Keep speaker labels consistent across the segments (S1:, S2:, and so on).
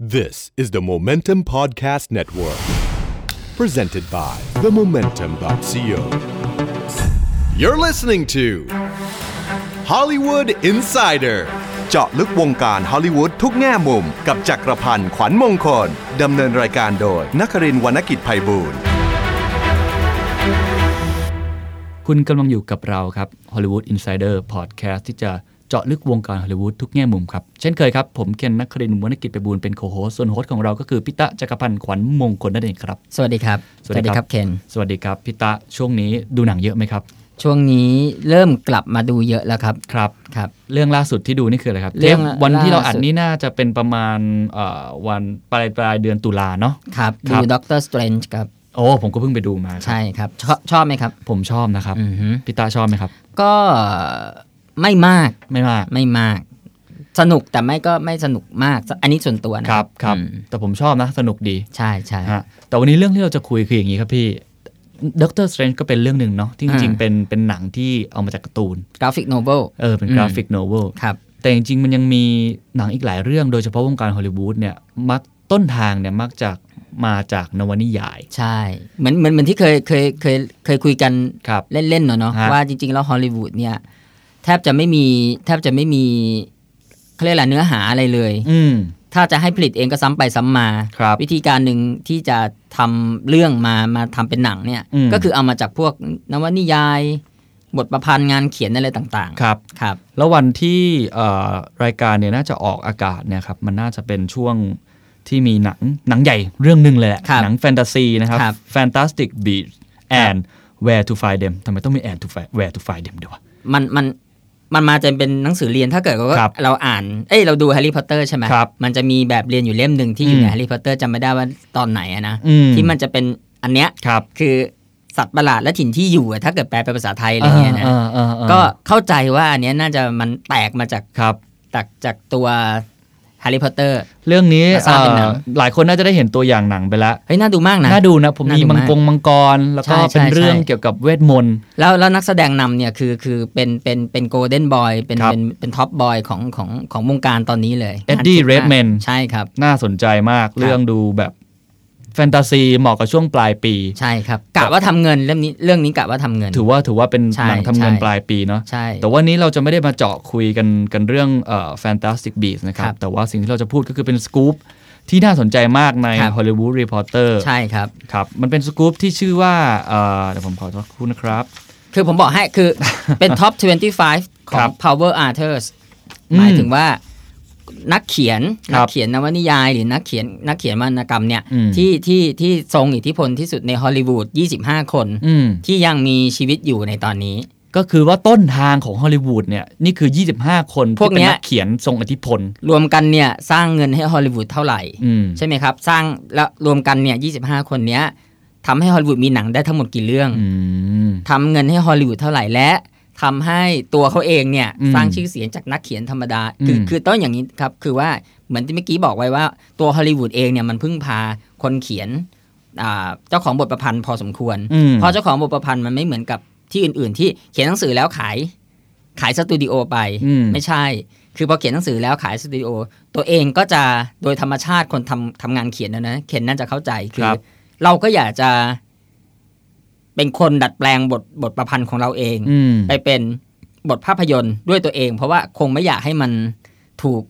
S1: This is the Momentum Podcast Network, presented by themomentum.co. You're listening to Hollywood Insider เจาะลึกวงการฮอลลีวูดทุกแง่มุม กับจักรพันธ์ขวัญมงคล ดำเนินรายการโดยนักรินทร์วรรณกิจไพบูลย์
S2: คุณกำลังอยู่กับเราครับ Hollywood Insider Podcast ที่จะเจาะลึกวงการฮอลลีวูดทุกแง่มุมครับ เช่นเคยครับ ผมเคนนักครินทร์วรรณกิจไปบูลย์เป็นโคโฮสต์ส่วนโฮสต์ของเราก็คือพิตะจักรพันธ์ขวัญมงคลนั่นเองครับ
S3: สวัสดีครับ
S2: สวัสดีครับ
S3: เคน
S2: สวัสดีครับพิตะช่วงนี้ดูหนังเยอะไหมครับ
S3: ช่วงนี้เริ่มกลับมาดูเยอะแล้วครับ
S2: ครับ
S3: ครับ
S2: เรื่องล่าสุดที่ดูนี่คืออะไรครับ
S3: เรื่อง
S2: ทปวันที่เราอัด
S3: ล่าสุด
S2: นี่น่าจะเป็นประมาณเอ่อวันปลายปลายเดือนตุลาเนาะ
S3: ครับ
S2: ครั
S3: ดู
S2: บ
S3: ด็อกเตอร์สเตรนจ์ครับ
S2: โอ้ผมก็เพิ่งไปดูมาครับ
S3: ใช่ครับ ชอบชอบไหมครับ
S2: ผมชอบนะครับ
S3: อือฮึ
S2: พิตะชอบไหมครับ
S3: ก็ไม่มาก
S2: ไม่มาก
S3: ไม่มาก สนุกแต่ไม่ก็ไม่สนุกมาก อันนี้ส่วนตัวนะครับ
S2: ครับ
S3: อืม
S2: แต่ผมชอบนะสนุกดี
S3: ใช่ใช่
S2: ฮะแต่วันนี้เรื่องที่เราจะคุยคืออย่างนี้ครับพี่ด็อกเตอร์สเตรนก็เป็นเรื่องหนึ่งเนาะที่จริงๆ
S3: อ่า
S2: เป็นเป็นหนังที่เอามาจากการ์ตูน
S3: กราฟิกโนเวล
S2: เออเป็น
S3: อืม
S2: กราฟิกโนเวล
S3: ครับ
S2: แต่จริงๆ มันยังมีหนังอีกหลายเรื่องโดยเฉพาะวงการฮอลลีวูดเนี่ยมักต้นทางเนี่ยมักจากมาจากนวนิยาย
S3: ใช่ เหมือนเหมือนเหมือนที่เคยเคยเคยเคยคุยกัน
S2: ครับ
S3: เล่นๆเนาะเนาะ
S2: ฮะ
S3: ว่าจริง ๆ แล้วฮอลลีวูดเนี่ยแทบจะไม่มีแทบจะไม่มีเขาเรียกอะไรเนื้อหาอะไรเลย
S2: อืม
S3: ถ้าจะให้ผลิตเองก็ซ้ำไปซ้ำมา
S2: ครับ
S3: วิธีการหนึ่งที่จะทำเรื่องมามาทำเป็นหนังเนี่ย
S2: อืม
S3: ก็คือเอามาจากพวกนวนิยาย บทประพันธ์งานเขียนอะไรต่างๆ
S2: ครับ
S3: ครับ
S2: แล้ววันที่เอ่อรายการเนี่ยน่าจะออกอากาศเนี่ยครับมันน่าจะเป็นช่วงที่มีหนังหนังใหญ่เรื่องหนึ่งเลยแหละ
S3: ครับ
S2: หนังแฟนตาซีนะครับ
S3: ครับ
S2: Fantastic Beasts and Where to Find Them ทำไมต้องมี and to find Where to Find Them ด้วยวะ
S3: มันมันมันมาจะเป็นหนังสือเรียนถ้าเกิดว่า
S2: ครับ
S3: เราอ่าน เอ้ยเราดูแฮร์รี่พอตเตอร์ใช่ไหม
S2: ครับ
S3: มันจะมีแบบเรียนอยู่เล่มหนึ่งที่อยู่
S2: อืม
S3: ในแฮร์รี่พอตเตอร์จำไม่ได้ว่าตอนไหนอะนะ
S2: อืม
S3: ที่มันจะเป็นอันเนี้ย
S2: ครับ
S3: คือสัตว์ประหลาดและถิ่นที่อยู่อะถ้าเกิดแปลเป็นภาษาไทยอะไรเงี้ยนะ
S2: ออเออเออเออ
S3: ก็เข้าใจว่าอันเนี้ยน่าจะมันแตกมาจาก
S2: ครับ
S3: จากจากตัวแฮร์รี่พอตเตอร์
S2: เรื่องนี้
S3: มาสร้างเป็นหนัง
S2: เอ่อหลายคนน่าจะได้เห็นตัวอย่างหนังไปแล้ว
S3: เฮ้ย น่าดูมากนะ
S2: น่าดูนะ ผม
S3: น่า
S2: มี
S3: ดู
S2: มัง
S3: มาก
S2: กรมังกร แล้วก็
S3: ใช่ใช่
S2: เป็นเรื่อง
S3: ใช่
S2: เกี่ยวกับเวทมนต์
S3: แล้วแล้วนักแสดงนำเนี่ยคือคือเป็นเป็นเป็นโกลเด้นบอยเป็น
S2: ครับ
S3: เป็นเป็นท็อปบอยของของของวงการตอนนี้เลย
S2: Eddie
S3: น่าคิดมาก
S2: Redmayne
S3: ใช่ครับ
S2: น่าสนใจมาก เรื่องดูแบบ แฟนตาซีเหมาะกับช่วงปลายปี
S3: ใช่ครับกะว่าทำเงินเรื่องนี้เรื่องนี้กะว่าทำเงิน
S2: ถือว่าถือว่าเป็น
S3: ใช่
S2: หนังทำเงิน
S3: ใช่
S2: ปลายปีเนาะ
S3: ใช่
S2: แต่ว่านี้เราจะไม่ได้มาเจาะคุยกันกันเรื่องเอ่อ Fantastic Beasts นะครับ
S3: ครับ
S2: แต่ว่าสิ่งที่เราจะพูดก็คือเป็นสกู๊ปที่น่าสนใจมากใน
S3: ครับ
S2: Hollywood Reporter
S3: ใช่ครับ
S2: ครับ มันเป็นสกู๊ปที่ชื่อว่าเอ่อเดี๋ยวผมขอโทษคุณนะครับ
S3: คือผมบอกให้ คือ เป็นท็อป 25 ขอ
S2: ครั
S3: ง
S2: บ
S3: Power Authors
S2: อืม
S3: หมายถึงว่านักเขียน
S2: ครั
S3: นั
S2: บ
S3: กเขียนนวนิยาย หรือนักเขียนนักเขียนวรรณกรรมเนี่ย
S2: อืม
S3: ที่ที่ที่ทรงอิทธิพลที่สุดในฮอลลีวูด 25 คน
S2: อืม
S3: ที่ยังมีชีวิตอยู่ในตอนนี้
S2: ก็คือว่าต้นทางของฮอลลีวูดเนี่ยนี่คือ 25 คน
S3: พวกเนี้
S2: ที่เป็น
S3: ย
S2: นัเขียนทรงอิทธิพล
S3: รวมกันเนี่ยสร้างเงินให้ฮอลลีวูดเท่าไหร่
S2: อืม
S3: ใช่ไหมครับ สร้างแล้วรวมกันเนี่ย25 คนเนี้ยทำให้ฮอลลีวูดมีหนังได้ทั้งหมดกี่เรื่อง
S2: อืม
S3: ทำเงินให้ฮอลลีวูดเท่าไหร่และทำให้ตัวเขาเองเนี่ย
S2: อืม
S3: สร้างชื่อเสียงจากนักเขียนธรรมดา คือ
S2: อืม
S3: คือต้องอย่างนี้ครับ คือว่าเหมือนที่เมื่อกี้บอกไว้ว่าตัวฮอลลีวูดเองเนี่ยมันพึ่งพาคนเขียนอ่าเจ้าของบทประพันธ์พอสมควร
S2: อืม
S3: เพราะเจ้าของบทประพันธ์มันไม่เหมือนกับที่อื่นๆ ที่เขียนหนังสือแล้วขาย ขายสตูดิโอไป
S2: อืม
S3: ไม่ใช่ คือพอเขียนหนังสือแล้วขายสตูดิโอ ตัวเองก็จะโดยธรรมชาติคนทำทำงานเขียนนะนะเขียนน่าจะเข้าใจ คื
S2: ค
S3: อ
S2: รับ
S3: เราก็อยากจะ เป็นคนดัดแปลงบทบทประพันธ์ของเราเอง
S2: อืม
S3: ไปเป็นบทภาพยนตร์ด้วยตัวเอง เพราะว่าคงไม่อยากให้มันถูก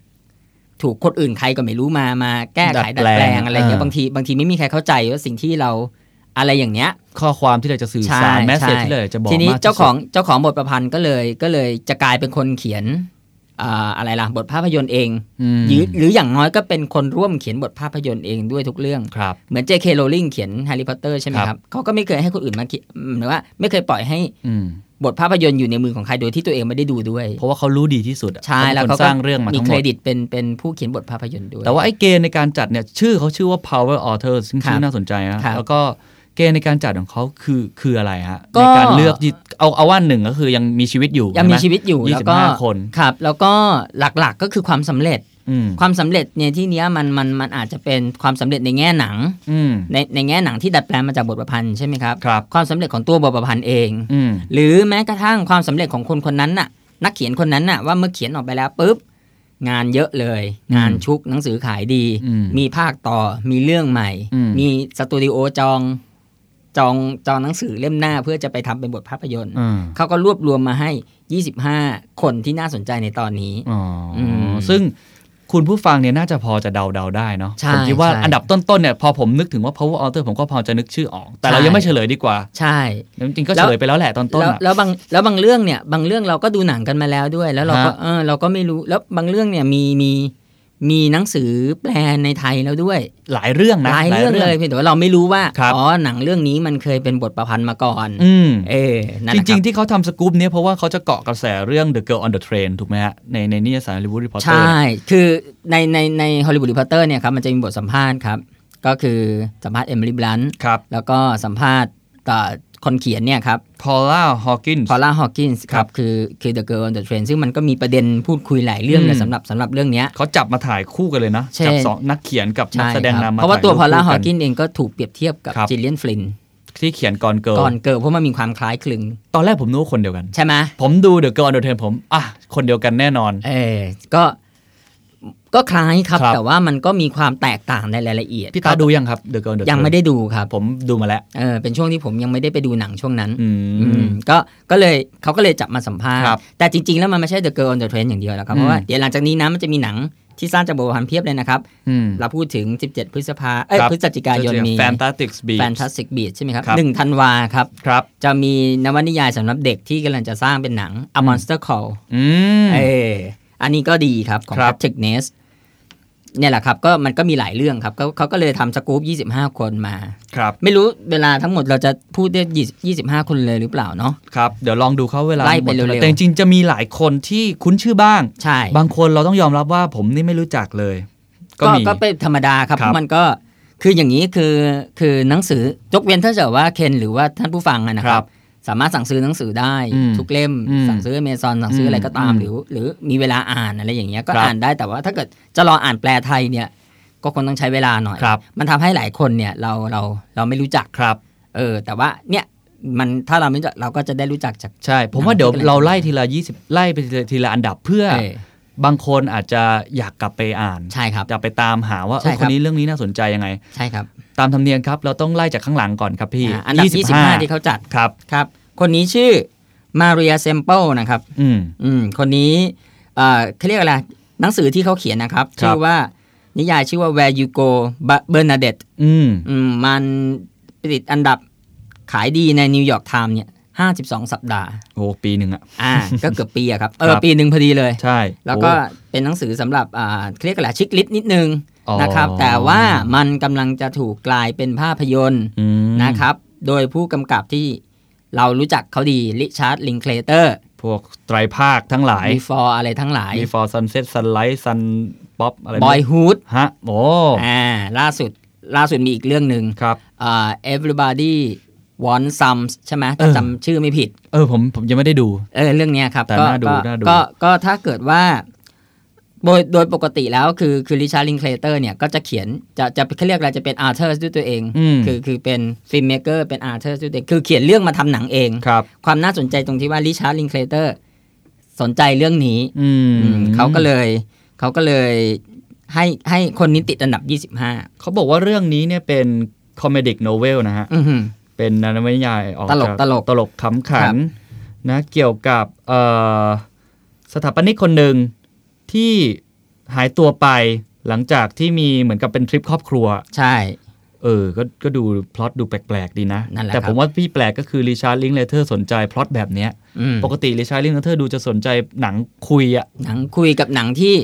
S3: ถูกคนอื่นใครก็ไม่รู้มามาแก้ไข
S2: ดั
S3: ดั
S2: ด
S3: ด
S2: แปลง
S3: แปลงอะไรเงี้ย
S2: อ่า
S3: บางทีบางทีไม่มีใครเข้าใจว่าสิ่งที่เราอะไรอย่างเนี้ย
S2: ข้อความที่เราจะสื่อ
S3: ใช่
S2: สารแมสเซจ
S3: ใช่
S2: ที่เราอยากจะบอก
S3: ทีนี้
S2: มก
S3: เจ้าของ
S2: ที่สุด
S3: เจ้าของบทประพันธ์ก็เลยก็เลยจะกลายเป็นคนเขียนอ่าอะไรล่ะบทภาพยนตร์เอง
S2: อืม
S3: หรือหรืออย่างน้อยก็เป็นคนร่วมเขียนบทภาพยนตร์เองด้วยทุกเรื่อง
S2: ครับ
S3: เหมือน J.K. Rowling เขียน Harry Potter ใช่ไหม
S2: ค
S3: ค
S2: รั
S3: รับ บเขาก็ไม่เคยให้คนอื่นมาเขียนหรือว่าไม่เคยปล่อยให้
S2: อืม
S3: บทภาพยนตร์อยู่ในมือของใครโดยที่ตัวเองไม่ได้ดูด้วย
S2: เพราะว่าเขารู้ดีที่สุดอะ
S3: ใช่แล้ว
S2: เป็น
S3: เขา
S2: คนส
S3: ก็
S2: ร้างเรื่องมา
S3: มี
S2: ทั้งห
S3: เค
S2: ม
S3: ร
S2: ด
S3: ดิตเป็นเป็นผู้เขียนบทภาพยนตร์ด้วย
S2: แต่ว่าไอ้เกณฑ์ในการจัดเนี่ยชื่อเขาชื่อว่า power author ซึ่ง
S3: ครับ
S2: ชื่อน่าสนใจนะครับ แล้วก็เกณฑ์ในการจัดของเขาคือคืออะไรฮะ
S3: ก็
S2: ในการเลือกที่เอาเอาว่าหนึ่งก็คือยังมีชีวิตอยู่
S3: ยังมี
S2: ใไห
S3: ชีวิตอยู่
S2: ยี่
S3: แล้วก็
S2: สิบห้าคน
S3: ครับ แล้วก็หลักๆก็คือความสำเร็จ
S2: อืม
S3: ความสำเร็จเนี่ยที่เนี้ยมันมันมันอาจจะเป็นความสำเร็จในแง่หนัง
S2: อืม
S3: ในในแง่หนังที่ดัดแปลงมาจากบทประพันธ์ใช่ไหมครับ
S2: ครับ
S3: ความสำเร็จของตัวบทประพันธ์เอง
S2: อืม
S3: หรือแม้กระทั่งความสำเร็จของคนคนนั้นน่ะ นักเขียนคนนั้นน่ะว่าเมื่อเขียนออกไปแล้วปุ๊บ งานเยอะเลย งานชุกหนังสือขายดี
S2: อืม
S3: มีภาคต่อมีเรื่องใหม่
S2: อืม
S3: มีสตูดิโอจองจองจองหนังสือเล่มหน้าเพื่อจะไปทำเป็นบทภาพยนตร์
S2: อ่า
S3: เขาก็รวบรวมมาให้ 25 คนที่น่าสนใจในตอนนี้
S2: อ๋ออ
S3: ม
S2: ซึ่งคุณผู้ฟังเนี่ยน่าจะพอจะเดาเดาๆได้เนาะ
S3: ใช่
S2: ผมคิดว่า
S3: ใช่
S2: อันดับต้นๆเนี่ยพอผมนึกถึงว่า power author ผมก็พอจะนึกชื่อออก แต่เรา
S3: ใช่
S2: ยังไม่เฉลยดีกว่า
S3: ใช่
S2: จริงๆก็
S3: แล้
S2: เฉ
S3: ว
S2: ลยไปแล้วแหละตอนต้น
S3: แล้ว
S2: อะ
S3: แล้วบางแล้วบางเรื่องเนี่ยบางเรื่องเราก็ดูหนังกันมาแล้วด้วย แล้วเราก็
S2: ฮะ
S3: เออเราก็ไม่รู้แล้วบางเรื่องเนี่ยมีมีมีหนังสือแปลในไทยแล้วด้วย
S2: หลายเรื่อง
S3: ห
S2: นะ
S3: ลายเรื่องเลยเพียงแต่ว่าเราไม่รู้ว่า
S2: ครับ
S3: อ๋อหนังเรื่องนี้มันเคยเป็นบทประพันธ์มาก่อน
S2: อืม
S3: เออนั่น
S2: จ
S3: แหละค
S2: ริ
S3: บ
S2: ง ๆ ที่เขาทำสกู๊ปเนี้ยเพราะว่าเขาจะเกาะกระแสเรื่อง The Girl on the Train ถูกไหมฮะ ในในนิยสาร Hollywood Reporter
S3: ใช่ คือในในในฮอลลีวูดรีพอร์เตอร์เนี่ยครับมันจะมีบทสัมภาษณ์ครับ ก็คือสัมภาษณ์เอมิลี่บลัน
S2: ครับ
S3: แล้วก็สัมภาษณ์ต่อคนเขียนเนี่ยครับ
S2: Paula Hawkins
S3: พอล่าฮอ w กินส์ครับคือคือ The Girl on the Train ซึ่งมันก็มีประเด็นพูดคุยหลายเรื่องเล
S2: อื
S3: ย
S2: ม
S3: สำหรับสำหรับเรื่องเนี้ย
S2: เขาจับมาถ่ายคู่กันเลยนะ
S3: ใช่
S2: จับสองนักเขียนกับนักแสดง
S3: ใช่ครั
S2: นำ
S3: บ
S2: มา
S3: เพราะว่าตัวพ
S2: ถ่
S3: อย ล่า
S2: ป
S3: ฮอ w
S2: คู่
S3: กินเองก็ถูกเปรียบเทียบกับ
S2: ครับ
S3: จิลเลียนฟลิน
S2: ที่เขียนก่อนเกิล
S3: ก่อนเกิดเพราะมันมีความคล้ายคลึง
S2: ตอนแรกผมนึกว่าคนเดียวกัน
S3: ใช่ไหม
S2: ผมดู The Girl on the Train ผม อ่ะ คนเดียวกันแน่นอน
S3: เออก็ก็คล้ายครับ
S2: ครับ
S3: แต่ว่ามันก็มีความแตกต่างในรายละเอียด
S2: พี่ตาดูยังครับ The Girl on the Train
S3: ยังไม่ได้ดูครับ
S2: ผมดูมาแล้ว
S3: เออเป็นช่วงที่ผมยังไม่ได้ไปดูหนังช่วงนั้น
S2: อื
S3: อื
S2: ม
S3: มก็ก็เลยเขาก็เลยจับมาสัมภาษณ์
S2: ครับ
S3: แต่จริง ๆ แล้วมันไม่ใช่ The Girl on the Train อย่างเดียวแล้วครับ
S2: อืม
S3: เพราะว่าเดี๋ยวหลังจากนี้นะมันจะมีหนังที่สร้างจากบทความเพียบเลยนะครับ
S2: อืม
S3: เราพูดถึง 17 พฤษภาเอ้ย
S2: ครับ
S3: พฤศจิกายนมี
S2: Fantastic Beasts
S3: Fantastic Beasts ใช่ไหมครับ
S2: ครับ
S3: หนึ่งธันวาครับ
S2: ครับ
S3: จะมีนวนิยายสำหรับเด็กที่กำลังจะสร้างเป็นหนัง A Monster Call
S2: อืม
S3: เอออันนี้ก็ดีครับ ของ
S2: ครับ
S3: Patrick Ness เนี่ยแหละครับก็มันก็มีหลายเรื่องครับก็เขาก็เลยทำสกู๊ป25 คนมา
S2: ครับ
S3: ไม่รู้เวลาทั้งหมดเราจะพูดได้ยี่สิบห้าคนเลยหรือเปล่าเนาะ
S2: ครับ เดี๋ยวลองดูเขาเวลา
S3: ไล่
S2: ห
S3: ไป
S2: มด
S3: เร็วๆ
S2: แต่จริงๆจะมีหลายคนที่คุ้นชื่อบ้าง
S3: ใช่
S2: บางคนเราต้องยอมรับว่าผมนี่ไม่รู้จักเลย ก็
S3: ก็
S2: มี
S3: ก็เป็นธรรมดาครับ
S2: ครับ
S3: มันก็คืออย่างนี้คือคือหนังสือยกเว้นถ้าเกิดว่าเคนหรือว่าท่านผู้ฟังอะนะ
S2: ค
S3: ค
S2: รั
S3: รับ บ สามารถสั่งซื้อหนังสือได้
S2: อืม
S3: ทุกเล่ม
S2: อืม
S3: สั่งซื้อเมซอนสั่งซื้ออะไรก็ตาม
S2: อืม
S3: หรือ หรือมีเวลาอ่านอะไรอย่างเงี้ยก็
S2: ครับ
S3: อ่านได้แต่ว่าถ้าเกิดจะรออ่านแปลไทยเนี่ยก็คงต้องใช้เวลาหน่อย
S2: ครับ
S3: มันทำให้หลายคนเนี่ยเราเราเราไม่รู้จัก
S2: ครับ
S3: เออแต่ว่าเนี่ยมันถ้าเราไม่รู้จักเราก็จะได้รู้จักจาก
S2: ใช่ ผมว่า
S3: หนัง
S2: เดี๋ยว
S3: ที่กำลัง
S2: เราไล่ทีละ 20 ไล่ไปทีละทีละอันดับเพื่อ
S3: เออบ
S2: างคนอาจจะอยากกลับไปอ่าน
S3: ใช่ครับ
S2: จะไปตามหาว่าเอ
S3: ใช่
S2: อ
S3: ค
S2: ครับ นนี้เรื่องนี้น่าสนใจยังไง
S3: ใช่ครับ
S2: ตามธรรมเนียมครับ เราต้องไล่จากข้างหลังก่อนครับพี่
S3: อ่าอันดับ 25 ที่เขาจัด
S2: ครับ
S3: ครับ คนนี้ชื่อมาเรียเซมเปิลนะครับ
S2: อืม
S3: อืม คนนี้เอ่อเขาเรียกอะไร หนังสือที่เขาเขียนนะครับ
S2: ครับ
S3: ชื่อว่านิยายชื่อว่า Where You Go Bernadette
S2: อืม
S3: อืม มันติดอันดับขายดีในนิวยอร์กไทม์เนี่ย 52 สัปดาห์
S2: โอ้ปีหนึ่งอะ
S3: อ่า ก็เกือบปีอะครับ เอ
S2: ค
S3: อ
S2: รับ
S3: ปีหนึ่งพอดีเลย
S2: ใช่
S3: แล้วก็
S2: โอ้
S3: เป็นหนังสือสำหรับอ่าเขาเรียกอะไรชิคลิสนิดนึง
S2: อ๋อ
S3: นะครับ แต่ว่ามันกำลังจะถูกกลายเป็นภาพยนตร์
S2: อืม
S3: นะครับ โดยผู้กำกับที่เรารู้จักเขาดีริชาร์ดลิงเคลเตอร์
S2: พวกไตรภาคทั้งหลาย
S3: บีฟอร์อะไรทั้งหลาย
S2: Before Sunset Sunlight Sun Pop อะไร
S3: บอย
S2: เนี่ย
S3: ฮูด
S2: ฮะโอ้
S3: อ่าล่าสุดล่าสุดมีอีกเรื่องหนึ่ง
S2: ครับ
S3: อ่า everybody want some ใช่ไหม
S2: เออ
S3: จำชื่อไม่ผิด
S2: เออผมผมยังไม่ได้ดู
S3: เออเรื่องเนี้ยครับ
S2: แต่
S3: ก็
S2: น่าดู
S3: ก็
S2: น่าดู
S3: ก็ก็ถ้าเกิดว่า โดยโดยปกติแล้วคือคือริชาร์ดลิงเคลเตอร์เนี่ยก็จะเขียนจะจะเขาเรียกอะไรจะเป็นอาร์เทอร์ด้วยตัวเอง
S2: อืม
S3: คือคือเป็นฟิล์มเมเกอร์เป็นอาร์เทอร์ด้วยตัวเองคือเขียนเรื่องมาทำหนังเอง
S2: ครับ
S3: ความน่าสนใจตรงที่ว่าริชาร์ดลิงเคลเตอร์สนใจเรื่องนี้
S2: อืม
S3: อืมเขาก็เลยเขาก็เลยให้ให้คนนี้ติดอันดับ 25
S2: เขาบอกว่าเรื่องนี้เนี่ยเป็นคอมเมดี้โนเวลนะฮะ
S3: อือหือ
S2: เป็นนวนิยายออก
S3: ตลก
S2: จาก
S3: ตลก
S2: ตลกขำขั
S3: ครั
S2: น
S3: บ
S2: นะเกี่ยวกับเอ่อสถาปนิกคนหนึ่งที่หายตัวไปหลังจากที่มีเหมือนกับเป็นทริปครอบครัว
S3: ใช่
S2: เออ ก็ก็ดูพล็อตดูแปลก ๆ ดีนะ
S3: นั่นแหละ
S2: แต่
S3: ครับ
S2: ผมว่าพี่แปลกก็คือริชาร์ดลิงเลเทอร์สนใจพล็อตแบบเนี้ย
S3: อืม
S2: ปกติริชาร์ดลิงเลเทอร์ดูจะสนใจหนังคุยอะ
S3: หนังคุยกับหนังที่